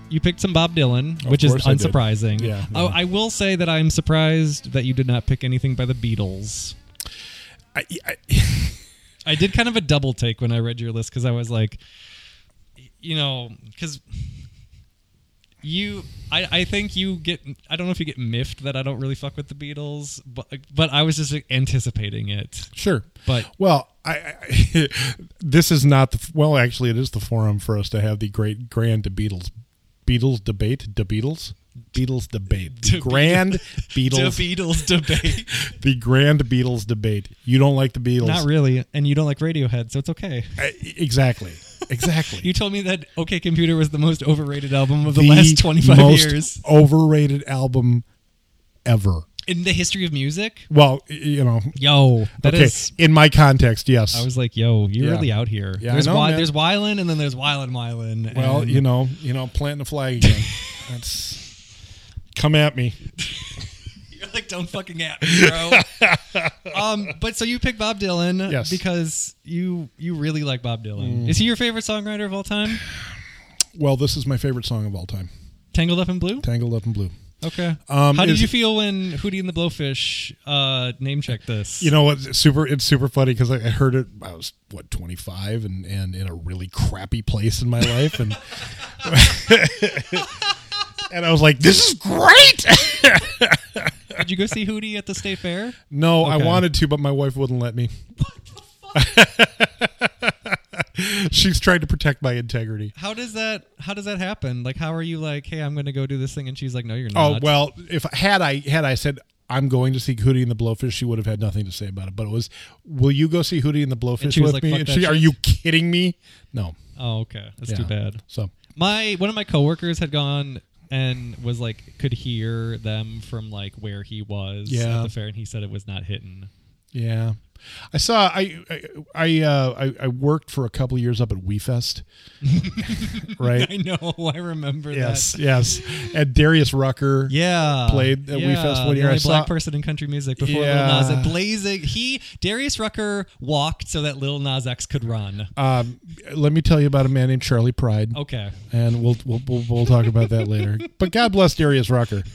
A: You picked some Bob Dylan, which is
C: course I did.
A: unsurprising.
C: Yeah,
A: Oh, I will say that I'm surprised that you did not pick anything by the Beatles.
C: I, I,
A: I did kind of a double take when I read your list because I was like, you know, because you, I, I think you get, I don't know if you get miffed that I don't really fuck with the Beatles, but but I was just anticipating it.
C: Sure,
A: But-
C: well, I, I this is not the well. Actually, it is the forum for us to have the great grand Beatles, Beatles debate, the Beatles, Beatles debate,
A: De-
C: grand Beatles,
A: The Beatles debate.
C: the grand Beatles debate. You don't like the Beatles,
A: Not really, and you don't like Radiohead, so it's okay.
C: I- exactly, exactly.
A: You told me that OK Computer was the most overrated album of the,
C: The
A: last 25
C: most
A: years
C: overrated album ever.
A: in the history of music.
C: Well, y- you know,
A: Yo, that is.
C: okay, in my context, yes.
A: I was like, "Yo, you're
C: Yeah.
A: really out here."
C: Yeah, I
A: there's
C: know,
A: Wy-
C: man.
A: there's Wylan, and then there's Wylan Wylan.
C: Well,
A: and-
C: you know, you know, planting the flag again. That's come at me.
A: You're like, don't fucking at me, bro. um, but so you picked Bob Dylan
C: Yes. Mm.
A: because you you really like Bob Dylan. Is he your favorite songwriter of all time?
C: Well, this is my favorite song of all time,
A: Tangled Up in Blue.
C: "Tangled Up in Blue."
A: Okay.
C: Um,
A: How did
C: is-
A: you feel when Hootie and the Blowfish uh, name checked this?
C: You know what? It's super. It's super funny because I I heard it. I was what twenty five, and and in a really crappy place in my life, and and I was like, "This is great."
A: did you go see Hootie at the State Fair?
C: no, I
A: Okay.
C: wanted to, but my wife wouldn't let me. She's trying to protect my integrity.
A: How does that How does that happen? Like, how are you like, hey, I'm going to go do this thing, and she's like, no, you're
C: Oh
A: not.
C: well, if had I had I said I'm going to see Hootie and the Blowfish, she would have had nothing to say about it. But it was, will you go see Hootie and the Blowfish
A: she was like,
C: with me?
A: "Fuck
C: And
A: that
C: she, are
A: shit."
C: you kidding me? No.
A: Oh, okay. That's
C: Yeah.
A: too bad.
C: So
A: My one of my coworkers had gone and was like could hear them from like where he was
C: Yeah.
A: at the fair, and he said it was not hitting.
C: Yeah, I saw. I I I, uh, I, I worked for a couple years up at WeFest,
A: I
C: right?
A: know, I remember
C: Yes,
A: that.
C: yes. And Darius Rucker.
A: Yeah,
C: Played at
A: yeah,
C: WeFest one
A: the
C: year. I
A: only black
C: saw-
A: person in country music before
C: Yeah.
A: Lil Nas. X. Blazing, he Darius Rucker walked so that Lil Nas X could run.
C: Um, let me tell you about a man named Charlie Pride,
A: Okay,
C: and we'll we'll, we'll we'll talk about that later. But God bless Darius Rucker.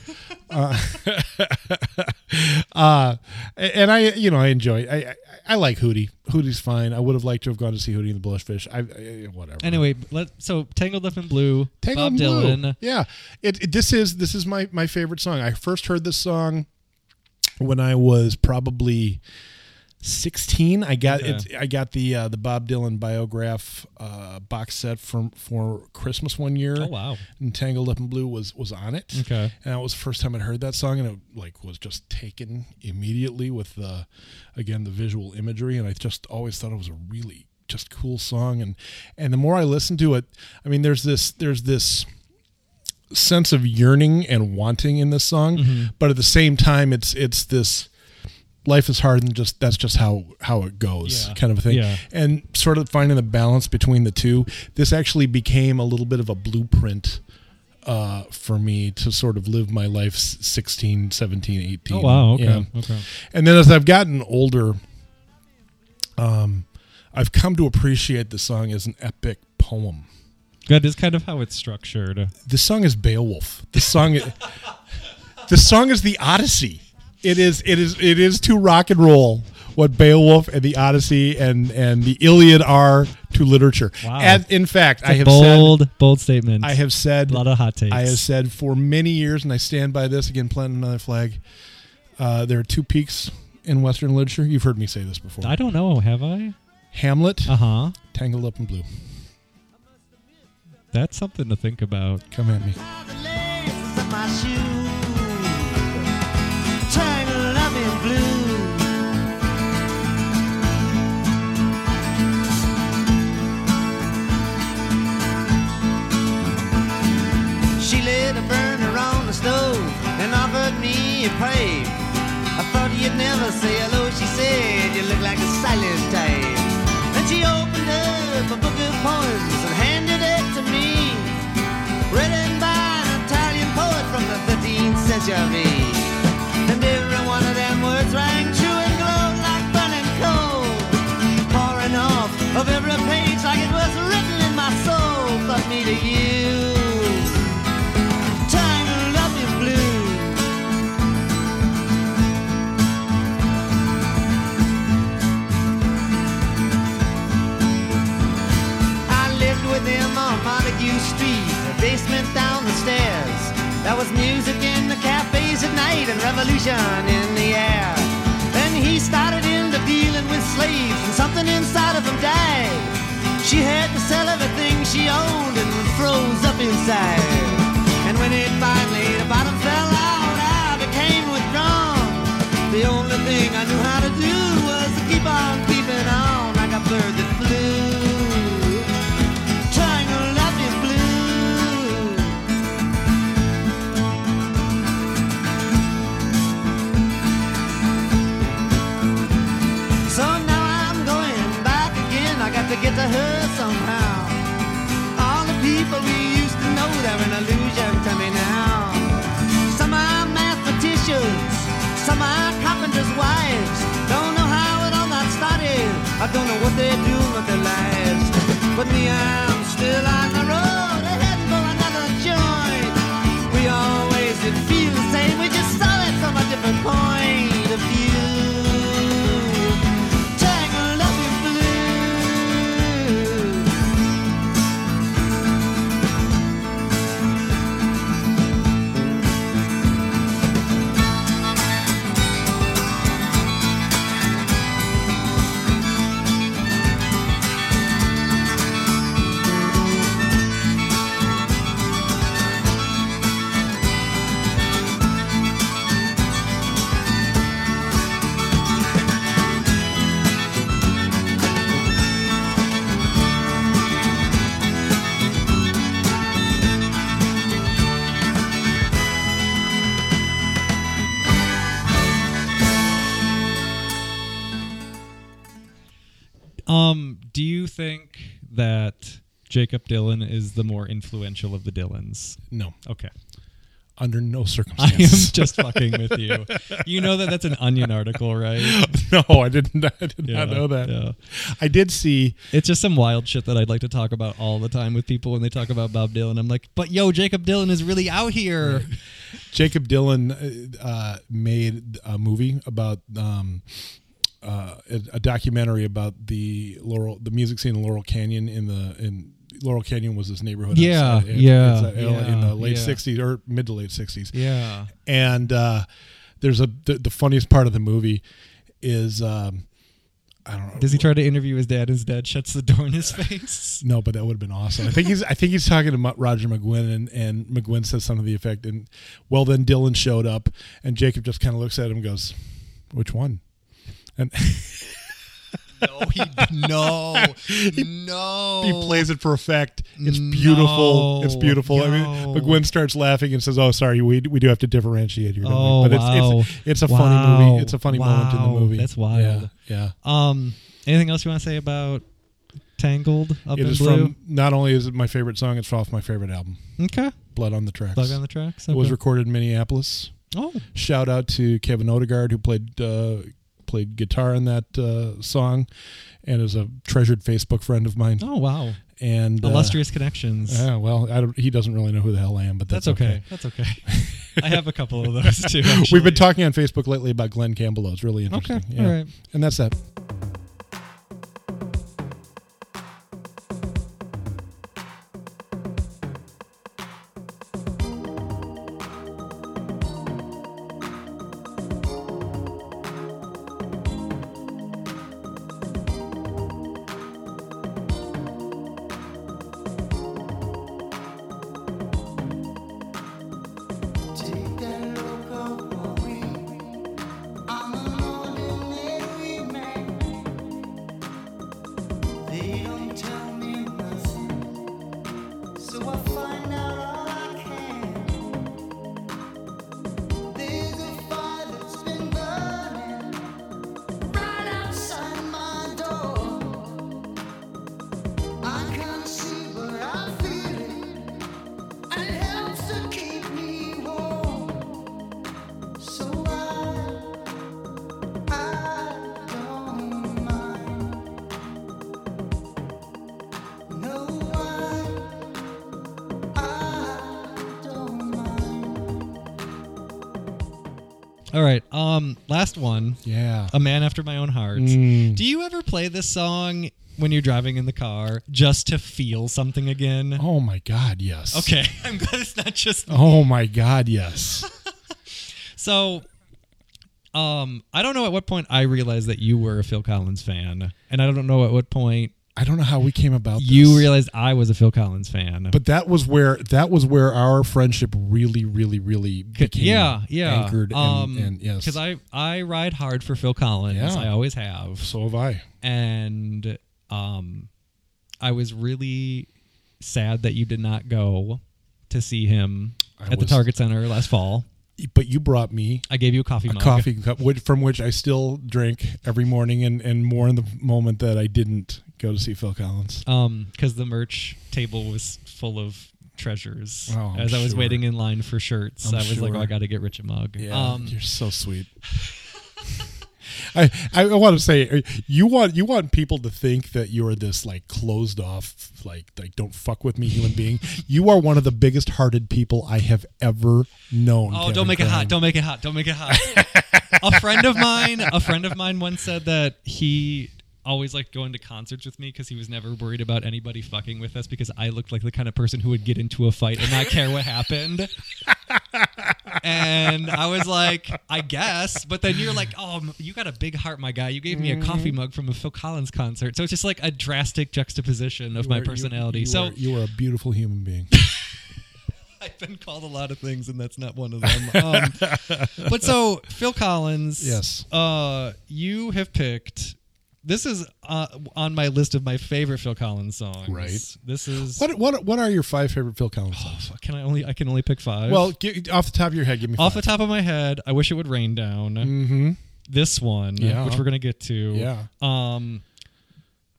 C: Uh, and I, you know, I enjoy. I I, I like Hootie. Hootie's fine. I would have liked to have gone to see Hootie and the Blushfish. I, I whatever.
A: anyway, let so Tangled Up in Blue,
C: Tangled
A: Bob
C: Blue.
A: Dylan.
C: Yeah, it, it- This is this is my my favorite song. I first heard this song when I was probably sixteen. I got it. I got the uh, the Bob Dylan biograph uh, box set from for Christmas one year.
A: Oh wow,
C: And Tangled Up in Blue was was on it.
A: Okay.
C: and that was the first time I'd heard that song, and it like was just taken immediately with the again the visual imagery, and I just always thought it was a really just cool song, and and the more I listen to it, I mean, there's this there's this sense of yearning and wanting in this song,
A: Mm-hmm.
C: but at the same time, it's it's this life is hard and just that's just how how it goes
A: Yeah.
C: kind of a thing
A: Yeah.
C: and sort of finding the balance between the two this actually became a little bit of a blueprint uh, for me to sort of live my life s- 16 17 18
A: oh wow, okay,
C: Yeah.
A: okay.
C: and then as i've gotten older um, i've come to appreciate the song as an epic poem
A: That is kind of how it's structured.
C: the song is Beowulf. The song, the song is the Odyssey. It is, it is, it is to rock and roll what Beowulf and the Odyssey and and the Iliad are to literature.
A: Wow.
C: And in fact, I have
A: bold,
C: said,
A: bold statement.
C: I have said,
A: a lot of hot takes.
C: I have said for many years, and I stand by this. Again, planting another flag. Uh, there are two peaks in Western literature. You've heard me say this before.
A: I don't know. Have I?
C: Hamlet,
A: Uh huh.
C: tangled up in blue.
A: That's something to think about.
C: Come at me.
F: the laces of my shoe, tangled up in blue.
G: She lit a burner on the stove and offered me a pipe. I thought you'd never say hello, she said. You look like a silent type. Then she opened up a book of poems and handed it to me. Written by an Italian poet from the 13th century. And every one of them words rang true and glowed like burning coal pouring off of every page like it was written in my soul. But me to you, tangled up in blue. I lived with him on Montague Street, a basement down the stairs. There was music in the cafes at night and revolution in the air. Then he started into dealing with slaves and something inside of him died. She had to sell everything she owned and froze up inside. And when it finally, the bottom fell out, I became withdrawn. The only thing I knew how to do was to keep on keeping on like a bird that flew. Tangled up in blue. So now I'm going back again. I got to get to her somehow. All the people we used to know, they're an illusion to me now. Some are mathematicians, some are carpenters' wives. Don't know how it all got started. I don't know what they're doing with their lives. But me, I'm still on the road, heading for another joint. We always did feel the same. We just saw it from a different point of view. Tangled up in blue.
A: Um, do you think that Jacob Dylan is the more influential of the Dylans?
C: No,
A: Okay.
C: under no
A: I am
C: circumstances.
A: just fucking with you. You know that that's an onion article, right?
C: no, I didn't. I did
A: Yeah,
C: not know that.
A: yeah.
C: I did see.
A: It's just some wild shit that I'd like to talk about all the time with people when they talk about Bob Dylan. I'm like, but yo, Jacob Dylan is really out here.
C: Jacob Dylan uh, made a movie about um, uh, a, a documentary about the Laurel, the music scene in Laurel Canyon in the in Laurel Canyon was this neighborhood.
A: Yeah,
C: outside- in-
A: yeah,
C: outside LA in
A: yeah,
C: the late
A: yeah.
C: '60s or mid to late '60s.
A: Yeah.
C: and uh, there's a the, the funniest part of the movie is um, I don't know.
A: Does he try to interview his dad? His dad shuts the door in his face.
C: No, but that would have been awesome. I think he's I think he's talking to Mo- Roger McGuinn, and, and McGuinn says something to the effect, and well, then Dylan showed up, and Jacob just kind of looks at him and goes, "Which one?" And
A: No, he, no, no.
C: he plays it for effect. It's beautiful.
A: No.
C: it's beautiful. I
A: No.
C: mean, McGuinn starts laughing and says, "Oh, sorry, we we do have to differentiate here." don't we?"
A: Oh,
C: but it's,
A: wow.
C: it's it's a
A: Wow.
C: funny movie. It's a funny moment in
A: Wow.
C: the movie.
A: That's wild.
C: Yeah. yeah.
A: Um, anything else you want to say about Tangled Up
C: It
A: in
C: is
A: Blue?
C: from. Not only is it my favorite song, it's off my favorite album,
A: okay.
C: "Blood on the Tracks."
A: Bug on the tracks.
C: It was
A: Okay.
C: recorded in Minneapolis.
A: oh,
C: Shout out to Kevin Odegaard who played uh, played guitar in that uh, song, and is a treasured Facebook friend of mine.
A: oh wow.
C: And uh,
A: Illustrious connections.
C: yeah, well, I don't, he doesn't really know who the hell I am, but that's,
A: That's okay. That's okay. I have a couple of those too. actually.
C: We've been talking on Facebook lately about Glenn Campbell. It's really interesting.
A: Okay,
C: Yeah.
A: all right.
C: And that's that.
H: Keep me warm. So I, I don't mind. No, I, I don't mind.
A: All right. Um, last one.
C: Yeah.
A: A man after my own heart.
C: Mm.
A: Do you ever play this song when you're driving in the car just to feel something again?
C: oh my God, yes.
A: Okay. I'm glad it's not just
C: Oh my God, yes.
A: So, um, I don't know at what point I realized that you were a Phil Collins fan, and I don't know at what point
C: I don't know how we came about. This.
A: you realized I was a Phil Collins fan.
C: but that was where that was where our friendship really, really, really became
A: yeah, yeah,
C: anchored
A: um,
C: and, and yes.
A: because I I ride hard for Phil Collins.
C: Yeah.
A: I always have,
C: so have I.
A: and um, I was really sad that you did not go to see him
C: I
A: at the
C: was-
A: Target Center last fall.
C: But you brought me
A: I gave you a coffee
C: a
A: mug.
C: coffee cup, which, from which I still drink every morning, and and more in the moment that I didn't go to see Phil Collins.
A: um because the merch table was full of treasures
C: Oh, I'm
A: as i was
C: sure.
A: waiting in line for shirts
C: I'm
A: i was like
C: sure.
A: oh, i gotta get rich a mug um
C: you're so sweet. I, I want to say uh, you want you want people to think that you're this like closed off like like don't fuck with me human being. You are one of the biggest hearted people I have ever known.
A: oh
C: Kevin
A: don't make it hot
C: Cronin.
A: don't make it hot don't make it hot a friend of mine a friend of mine once said that he always liked going to concerts with me because he was never worried about anybody fucking with us because i looked like the kind of person who would get into a fight and not care what happened and i was like i guess but then you're like oh m- you got a big heart my guy you gave
C: Mm-hmm.
A: me a coffee mug from a phil collins concert so it's just like a drastic juxtaposition of
C: You
A: my
C: are- you-
A: personality
C: you
A: so
C: are- you are a beautiful human being.
A: I've been called a lot of things, and that's not one of them. Um, but so, Phil Collins,
C: Yes.
A: uh, you have picked. This is uh, on my list of my favorite Phil Collins songs.
C: Right.
A: This is.
C: what what what are your five favorite Phil Collins songs?
A: fuck, can I only? I can only pick Oh, five.
C: Well, gi- off the top of your head, give me
A: off the
C: five.
A: top of my head, I wish it would rain down.
C: Mm-hmm.
A: This one,
C: Yeah.
A: Um, which we're gonna get to.
C: Yeah.
A: Um,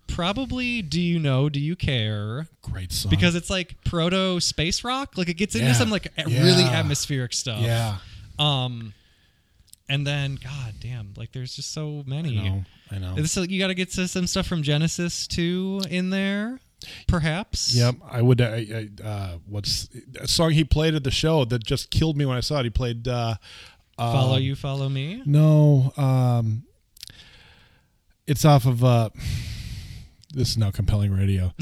A: probably Do You Know, Do You Care?
C: Great song.
A: Because it's like proto space rock. Like it gets into
C: Yeah.
A: some like a-
C: Yeah.
A: really atmospheric stuff.
C: yeah,
A: Um, and then God damn, like there's just so
C: I
A: many.
C: know. I know.
A: And So you got to get to some stuff from Genesis too in there, perhaps.
C: Yep, I would. I, I, uh, what's a song he played at the show that just killed me when I saw it? He played. Uh, uh,
A: Follow you, follow me.
C: No, um, it's off of. Uh, this is now compelling radio.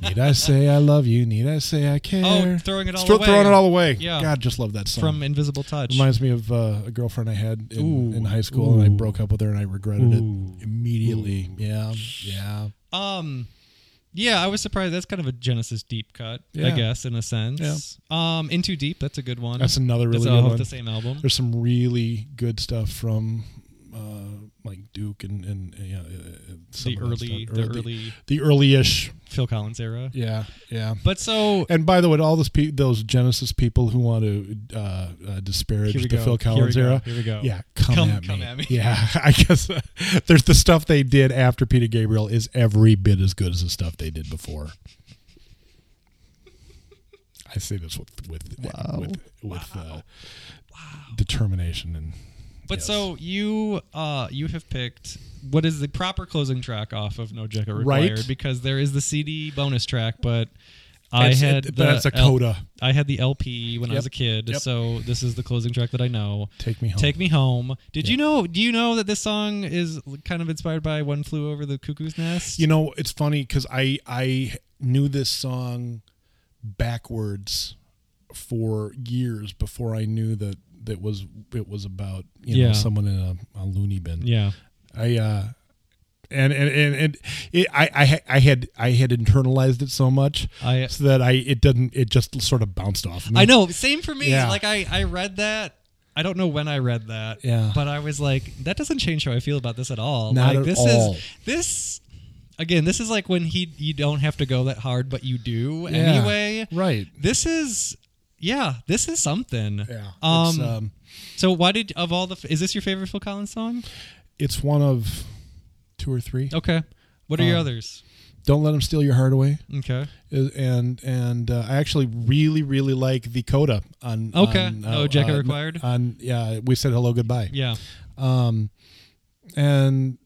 C: need I say I love you? Need I say I care?
A: Oh, throwing it all
C: Throw-
A: away.
C: Throwing it all away.
A: Yeah.
C: God, just love that song.
A: From Invisible Touch.
C: Reminds me of uh, a girlfriend I had in,
A: Ooh.
C: in high school, and I
A: Ooh.
C: broke up with her, and I regretted
A: Ooh.
C: it immediately. Yeah, yeah.
A: Um, yeah, I was surprised. That's kind of a Genesis deep cut, I
C: Yeah.
A: guess, in a sense. Yeah. Um, Into Deep, that's a good one.
C: That's another really
A: that's
C: good
A: off
C: one.
A: the same album.
C: There's some really good stuff from uh, like Duke and and, and yeah, uh, uh, some
A: the
C: of that
A: early,
C: stuff.
A: the
C: Early-
A: early
C: the early-ish.
A: Phil Collins era.
C: Yeah, yeah.
A: But so
C: And by the way, to all those pe- those Genesis people who want to uh, uh, disparage
A: Here we
C: the
A: go.
C: Phil
A: Here we
C: Collins
A: go.
C: era,
A: Here we go.
C: Yeah, come,
A: Come-
C: at me.
A: come at me.
C: Yeah, I guess uh, there's the stuff they did after Peter Gabriel is every bit as good as the stuff they did before. I say this with with with, with Uh, determination and.
A: But
C: yes.
A: so you uh you have picked what is the proper closing track off of No Jacket
C: Right.
A: Required because there is the CD bonus track, but I
C: It's-
A: had
C: it-
A: the
C: but that's a
A: L-
C: coda.
A: I had the LP when I
C: Yep.
A: was a kid,
C: Yep.
A: so this is the closing track that I know.
C: Take Me Home.
A: Take me home. Did you know? Do you know that this song is kind of inspired by "One Flew Over the Cuckoo's Nest"?
C: You know, it's funny because I I knew this song backwards for years before I knew that that was it was about you
A: Yeah.
C: know someone in a, a loony bin.
A: yeah.
C: I uh, and and and, and it, I I ha- I had I had internalized it so much
A: I-
C: so that I it didn't it just sort of bounced off. me.
A: I know. Same for me.
C: Mm. Yeah.
A: Like I, I read that. I don't know when I read that.
C: Yeah.
A: But I was like, that doesn't change how I feel about this at all.
C: Not
A: like
C: at
A: this
C: all.
A: is this again, this is like when he you don't have to go that hard, but you do
C: Yeah.
A: anyway.
C: Right.
A: This is yeah, this is something.
C: Yeah.
A: Um,
C: it's, um,
A: so why did of all the is this your favorite Phil Collins song?
C: it's one of two or three.
A: Okay. What are your
C: Um,
A: others?
C: Don't let them steal your heart away.
A: Okay.
C: is- Uh, and and uh, I actually really really like the coda on
A: Okay. Oh,
C: on,
A: No jacket required?
C: on yeah we said hello goodbye
A: Yeah.
C: um and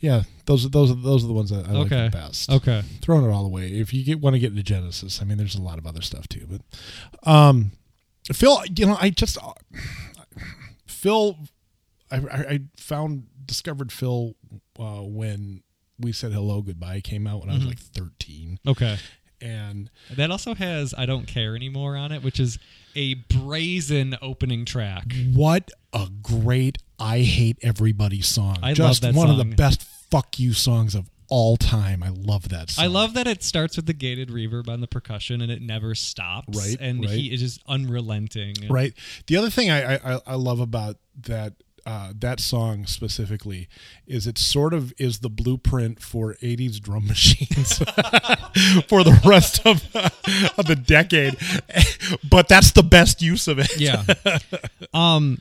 C: yeah those are those are those are the ones that I
A: Okay.
C: like the best
A: Okay.
C: throwing it all away if you get want to get into Genesis I mean there's a lot of other stuff too but um Phil you know I just uh, Phil I I, I found discovered Phil uh, when we said hello goodbye came out when I was
A: Mm-hmm.
C: like 13
A: Okay.
C: and
A: That also has I Don't Care Anymore on it, which is a brazen opening track.
C: what a great I hate everybody song.
A: I love
C: Just
A: that
C: one of
A: song.
C: the best fuck you songs of all time. I love that song.
A: I love that it starts with the gated reverb on the percussion and it never stops.
C: Right,
A: And
C: right.
A: he is just unrelenting.
C: right. The other thing I I, I- I love about that uh, that song specifically is it sort of is the blueprint for 80s drum machines for the rest of, of the decade but that's the best use of it
A: Yeah.
C: Um.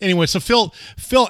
C: Anyway, so Phil, Phil,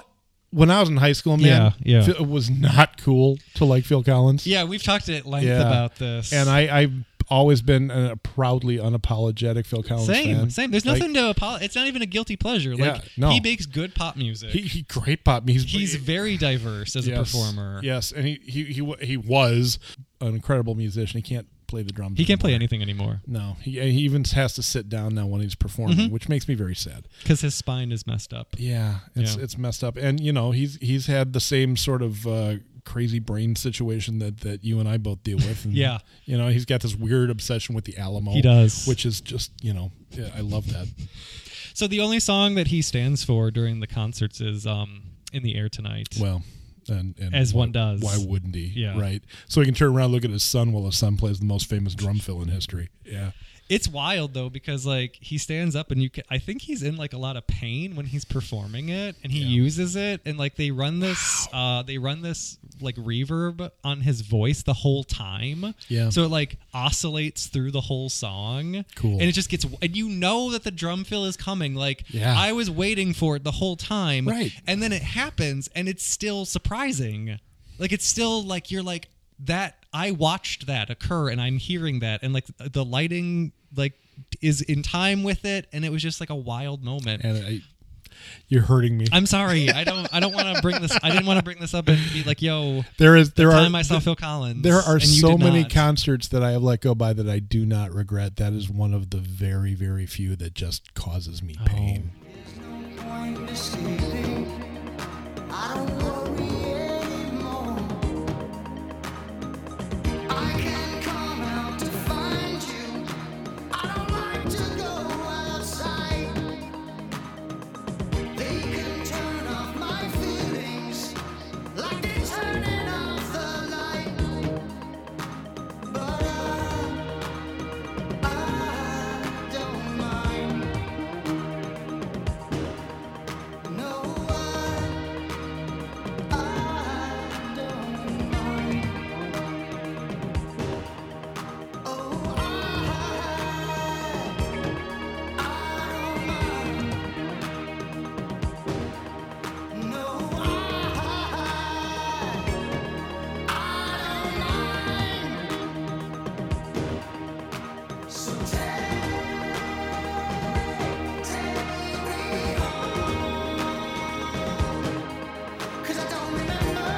C: when I was in high school, man,
A: Yeah, yeah.
C: Phil- it was not cool to like Phil Collins.
A: yeah. We've talked at length
C: Yeah.
A: about this.
C: And I, I've always been a proudly unapologetic Phil Collins
A: Same,
C: fan.
A: same. There's
C: Like,
A: nothing to apologize. It's not even a guilty pleasure.
C: Yeah,
A: like
C: no.
A: he makes good pop music.
C: He, he great pop. He's
A: He's very diverse as a
C: yes,
A: performer.
C: Yes, and he he he wa- he was an incredible musician. He can't play the drums.
A: He can't play
C: anymore.
A: anything anymore
C: No, he, and he even has to sit down now when he's performing, which makes me very sad.
A: because his spine is messed up.
C: Yeah, it's
A: Mm-hmm. Yeah.
C: it's messed up, and you know he's he's had the same sort of uh, crazy brain situation that that you and I both deal with. And,
A: Yeah.
C: you know he's got this weird obsession with the Alamo.
A: He does.
C: which is just you know yeah, I love that.
A: So the only song that he stands for during the concerts is um, "In the Air Tonight."
C: Well, and, and
A: As
C: why-
A: one does.
C: why wouldn't he?
A: Yeah.
C: right. So he can turn around, and look at his son while his son plays the most famous drum fill in history. Yeah,
A: It's wild though because like he stands up and you can, I think he's in like a lot of pain when he's performing it and he uses it and like they run this uh they run this like reverb on his voice the whole time.
C: Yeah.
A: So it like oscillates through the whole song.
C: Cool.
A: And it just gets and you know that the drum fill is coming like
C: Yeah.
A: I was waiting for it the whole time.
C: Right.
A: And then it happens and it's still surprising. Like it's still like you're like that. I watched that occur, and I'm hearing that, and like the lighting like is in time with it, and it was just like a wild moment.
C: And I, you're hurting me.
A: I'm sorry. I don't. I don't want to bring this. I didn't want to bring this up and be like, "Yo,
C: there is there are
A: time I saw Phil Collins."
C: there are
A: and you
C: so
A: did
C: many
A: not."
C: concerts that I have let go by that I do not regret. That is one of the very very few that just causes
A: Oh.
C: me pain.
E: Point escaping. I don't worry anymore. I can come out to find you. I don't like to go outside. They can turn off my feelings like they're turning off the light. But I, I don't mind. No, I, I don't mind. Oh, I, I don't mind. No, I, I don't mind. So take, take me home. Cause I don't remember.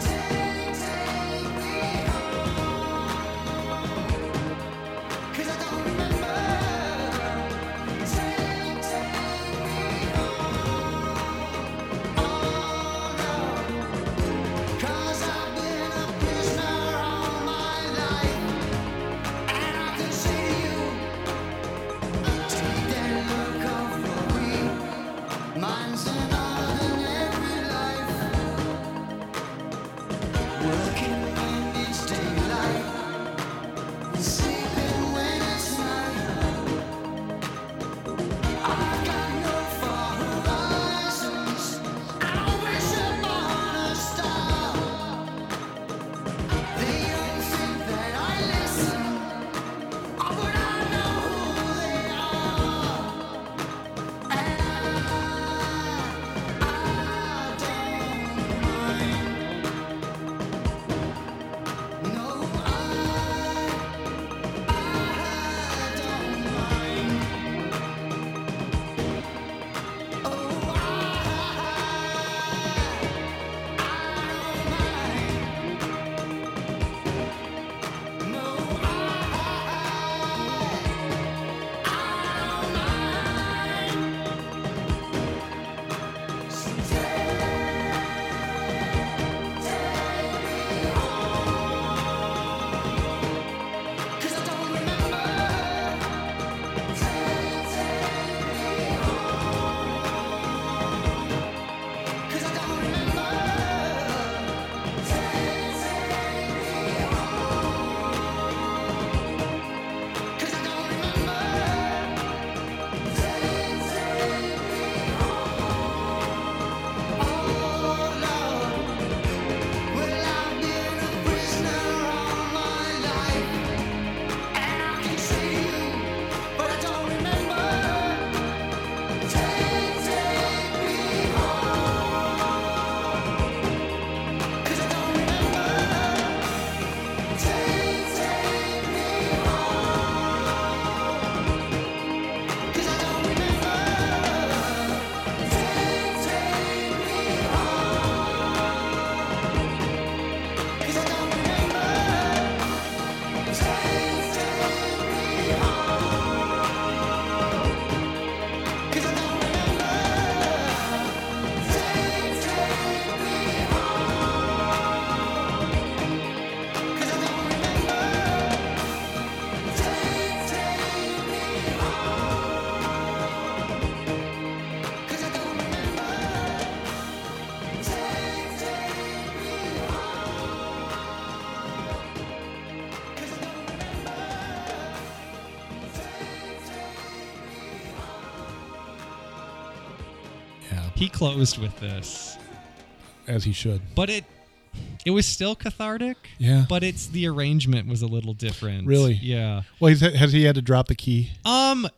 E: Take, take me home. Cause I don't remember. Take, take me home. Oh no. Cause I've been a prisoner all my life. And I can see you. Take that look off of me. Mine's another in every life. Working in its daylight, sleeping when it's night. I've got no far horizons. I don't wish upon a star. They don't think that I listen, or would I know who they are? And I, don't mind. No, I, I don't mind. Oh, I, I don't mind. No, I, I don't mind. So take, take me home. 'Cause I don't remember. Take, take me home. 'Cause I don't remember. Take, take me home. 'Cause I don't remember. Take, take me home.
C: Yeah,
A: He closed with this,
C: as he should.
A: but it it was still cathartic.
C: Yeah.
A: But it's the arrangement was a little different.
C: Really?
A: Yeah.
C: Well, he's, has he had to
A: Uh,
C: drop the key?
A: Um,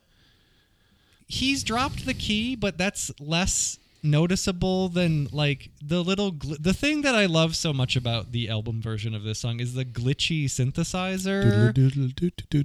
A: he's dropped the key, but that's less noticeable than like the little gl- the thing that I love so much about the album version of this song is the glitchy synthesizer.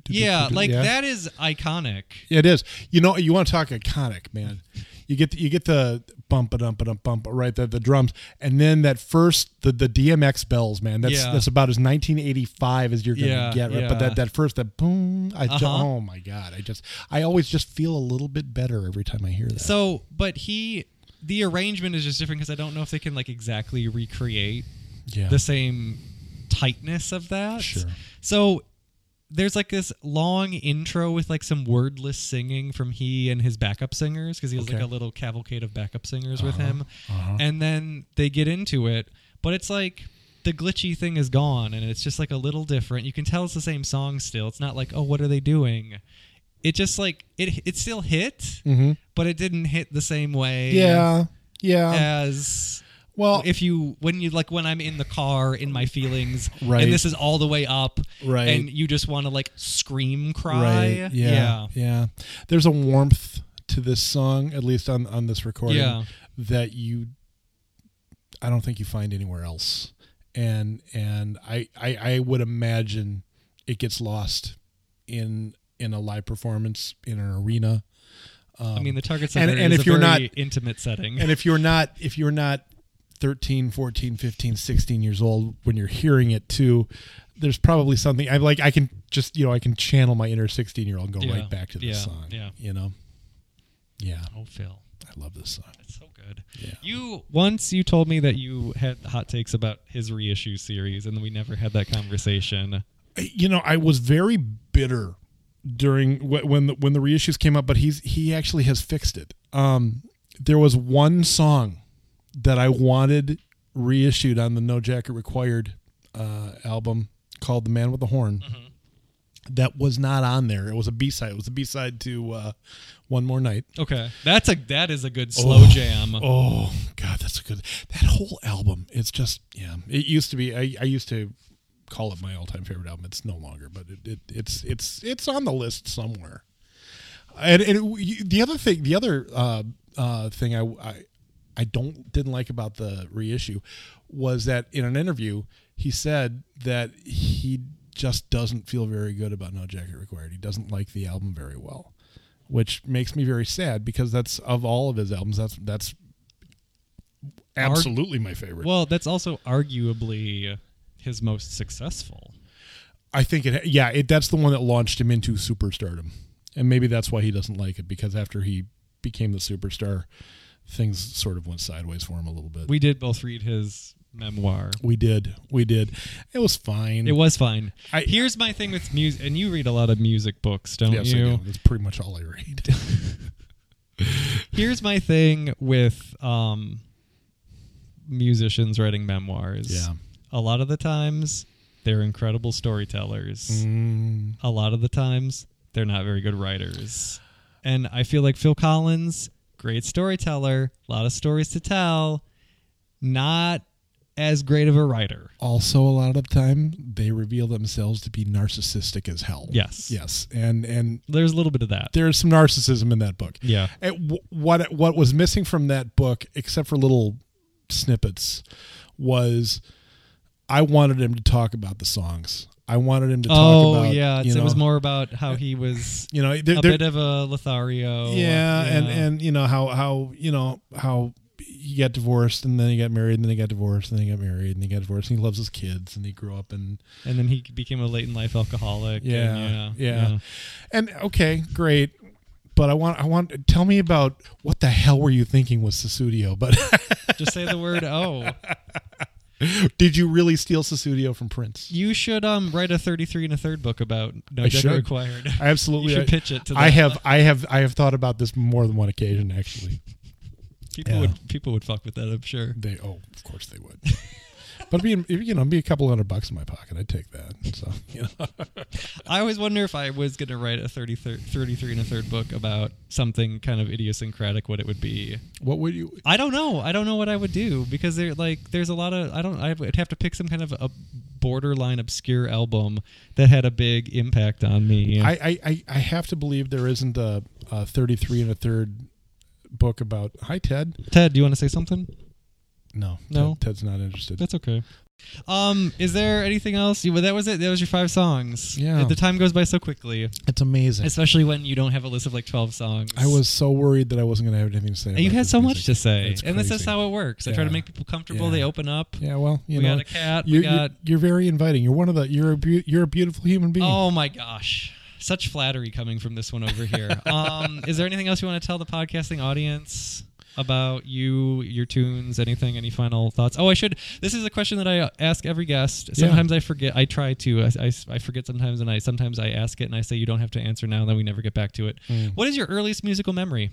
A: Yeah, like that is iconic.
C: It is. You know, you want to talk iconic, man. You get the, you get the bump a dump a dump bump right there, the drums, and then that first the the DMX bells, man. That's
A: Yeah.
C: that's about as 1985 as you're gonna
A: Yeah,
C: get, right? But
A: yeah.
C: that that first that boom, I ju-
A: Uh-huh.
C: oh my god, I just I always just feel a little bit better every time I hear that.
A: So, but he the arrangement is just different cuz I don't know if they can like exactly recreate
C: yeah,
A: the same tightness of that.
C: Sure.
A: So there's like this long intro with like some wordless singing from he and his backup singers because he has like
C: Okay. Uh-huh.
A: a little cavalcade of backup singers with him. And then they get into it, but it's like the glitchy thing is gone and it's just like a little different. You can tell it's the same song still. It's not like, oh, what are they doing? It just like it it still hit, but it didn't hit the same way
C: Mm. Mm-hmm. yeah, yeah.
A: as
C: well,
A: if you when you like when I'm in the car in my feelings
C: Right.
A: and this is all the way up
C: Right.
A: and you just want to like scream cry
C: right, yeah, yeah, There's a warmth to this song, at least on on this recording,
A: Yeah.
C: that you I don't think you find anywhere else. And and I, I I would imagine it gets lost in in a live performance in an arena.
A: I mean the target
C: Um, And-
A: setting
C: and
A: is
C: if
A: a
C: you're
A: very
C: not-
A: intimate setting
C: And if you're not if you're not 13, 14, 15, 16 years old when you're hearing it too, there's probably something I like I can just, you know, I can channel my inner 16-year-old and go
A: Yeah.
C: right back to this
A: Yeah.
C: song,
A: Yeah.
C: you know. Yeah,
A: oh Phil
C: I love this song.
A: it's so good
C: Yeah.
A: you once you told me that you had hot takes about his reissue series and we never had that conversation
C: you know, I was very bitter during wh- when the, when the reissues came up, but he's he actually has fixed it. Um, there was one song that I wanted reissued on the No Jacket Required uh, album called "The Man with the Horn." That was not on there. It was a B side. It was a B side to uh, "One More Night."
A: okay that's a that is a good slow jam
C: Oh God, that's a good. That whole album, it's just yeah. It used to be. I, I used to call it my all-time favorite album. It's no longer, but it, it it's it's it's on the list somewhere. And, and it- you- the other thing, the other uh, uh, thing I, I I don't didn't like about the reissue was that in an interview he said that he just doesn't feel very good about No Jacket Required. He doesn't like the album very well, which makes me very sad because that's of all of his albums, that's that's absolutely my favorite.
A: well that's also arguably his most successful
C: I think it. Yeah, it. That's the one that launched him into superstardom, and maybe that's why he doesn't like it because after he became the superstar, things sort of went sideways for him a little bit.
A: we did both read his memoir
C: we did, we did. It was fine.
A: It was fine.
C: Mm. I-
A: Here's my thing with music, and you read a lot of music books, don't
C: Yes, I
A: you?
C: do. That's pretty much all I read.
A: Here's my thing with um, musicians writing memoirs.
C: Yeah.
A: A lot of the times, they're incredible storytellers.
C: Mm.
A: A lot of the times, they're not very good writers. And I feel like Phil Collins, great storyteller, a lot of stories to tell, not as great of a writer.
C: also, a lot of the time, they reveal themselves to be narcissistic as hell.
A: Yes.
C: Yes, and and
A: There's a little bit of that.
C: there's some narcissism in that book.
A: Yeah.
C: It, w- what what was missing from that book, except for little snippets, was I wanted him to talk about the songs. I wanted him to talk
A: oh
C: about.
A: yeah,
C: you
A: it's-
C: know,
A: it was more about how he was
C: You know, there,
A: a
C: there-
A: bit of a Lothario.
C: yeah, and and you know how how you know how he got divorced and then he got married and then he got divorced and then he got married and he got divorced and he loves his kids and he grew up and
A: and then he became a late in life alcoholic. and
C: Yeah,
A: yeah,
C: yeah. and okay, great. But I want, I want. Tell me about what the hell were you thinking with Susudio? But
A: Just say the word "oh."
C: did you really steal Susudio from Prince?
A: You should um write a thirty-three and a third book about no
C: I
A: jacket
C: should.
A: required.
C: I absolutely
A: You should
C: I-
A: pitch it to
C: I
A: them.
C: have I have I have thought about this more than one occasion actually.
A: People
C: Yeah.
A: would people would fuck with that, I'm sure.
C: They oh, of course they would. but it'd be you know, it'd be a couple hundred bucks in my pocket. I'd take that. So, you know.
A: I always wonder if I was gonna write a 30, 33 and a third book about something kind of idiosyncratic, what it would be.
C: What would you
A: I don't know. I don't know what I would do because there, like, there's a lot of. I don't. I would have to pick some kind of a borderline obscure album that had a big impact on me.
C: I, I, I, I have to believe there isn't a, a 33 and a third book about. Hi, Ted.
A: Ted, do you want to say something?
C: No,
A: No.
C: Ted- Ted's not interested.
A: That's okay. Um, is there anything else? You, well, that was it. That was your five songs.
C: Yeah.
A: The time goes by so quickly,
C: It's amazing.
A: especially when you don't have a list of like twelve songs.
C: I was so worried that I wasn't going to have anything to say.
A: And you
C: about
A: had
C: this
A: so much
C: music.
A: to say,
C: It's
A: and this is
C: crazy.
A: how it works. I try to
C: Yeah.
A: make people comfortable.
C: Yeah.
A: They open up.
C: Yeah, well, you
A: We
C: know,
A: got a cat, we
C: You're,
A: got-
C: you're, you're very inviting. You're one of the. You're a beau- you're a beautiful human being.
A: Oh my gosh. Such flattery coming from this one over here. um, is there anything else you want to tell the podcasting audience about you, your tunes, anything, any final thoughts? Oh, I should. This is a question that I ask every guest.
C: Yeah.
A: Sometimes I forget. I try to. I, I, I forget sometimes, and I sometimes I ask it, and I say you don't have to answer now. Then we never get back to it.
C: Mm.
A: What is your earliest musical memory?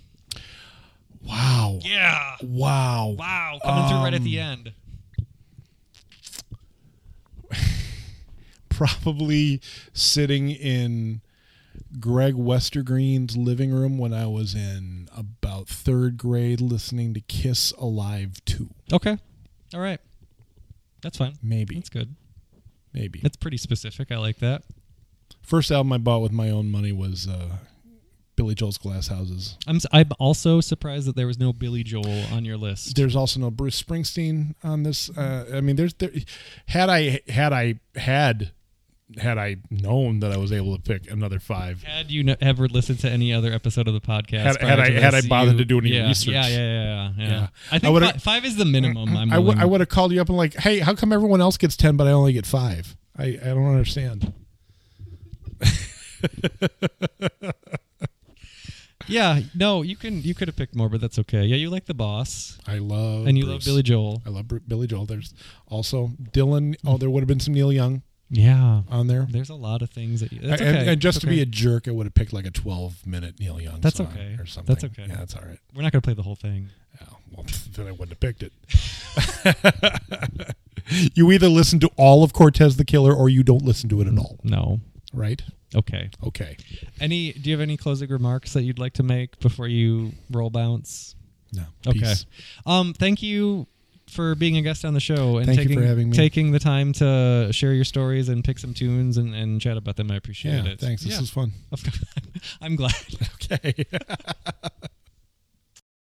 C: Wow.
A: Yeah.
C: Wow.
A: Wow. Coming through right at the
C: Um,
A: end.
C: Probably sitting in Greg Westergreen's living room when I was in about third grade, listening to Kiss Alive Two.
A: Okay. All right. That's fine.
C: Maybe.
A: That's good.
C: Maybe.
A: That's pretty specific. I like that.
C: First album I bought with my own money was uh, Billy Joel's Glass Houses.
A: I'm s- I'm also surprised that there was no Billy Joel on your list.
C: There's also no Bruce Springsteen on this. Uh, I mean, there's there, had I had I had had I known that I was able to pick another five.
A: had you n- ever listened to any other episode of the podcast?
C: Had-
A: prior
C: had I-
A: to
C: had
A: this,
C: I bothered
A: you-
C: to do any
A: yeah,
C: research.
A: Yeah, yeah, yeah, yeah. yeah.
C: Yeah.
A: I
C: I
A: think
C: would've-
A: fi- five is the minimum. I'm
C: I would
A: willing-
C: I would have called you up and like, hey, how come everyone else gets ten but I only get five? I I don't understand.
A: Yeah, no, you can. You could have picked more, but that's okay. Yeah, you like the boss,
C: I love
A: and you love
C: Oh, Bruce.
A: Billy Joel.
C: I love Br- Billy Joel. There's also Dylan. Oh, there would have been some Neil Young
A: Yeah,
C: on there.
A: there's a lot of things that. You, that's
C: And-
A: okay.
C: and, and just
A: that's
C: to be
A: okay.
C: a jerk, I would have picked like a 12 minute Neil Young
A: That's
C: song
A: okay.
C: or something.
A: That's okay.
C: Yeah, that's all right.
A: we're not gonna play the whole thing.
C: Yeah, well, then I wouldn't have picked it. you either listen to all of Cortez the Killer or you don't listen to it at all,
A: No.
C: right?
A: Okay.
C: Okay.
A: Any? Do you have any closing remarks that you'd like to make before you roll bounce?
C: No.
A: Okay.
C: Peace.
A: Um, thank you for being a guest on the show and
C: Thank you
A: taking,
C: for having me.
A: taking the time to share your stories and pick some tunes and, and chat about them. I appreciate
C: Yeah,
A: it.
C: thanks. This
A: Yeah.
C: was fun.
A: Of course. I'm glad.
C: Okay.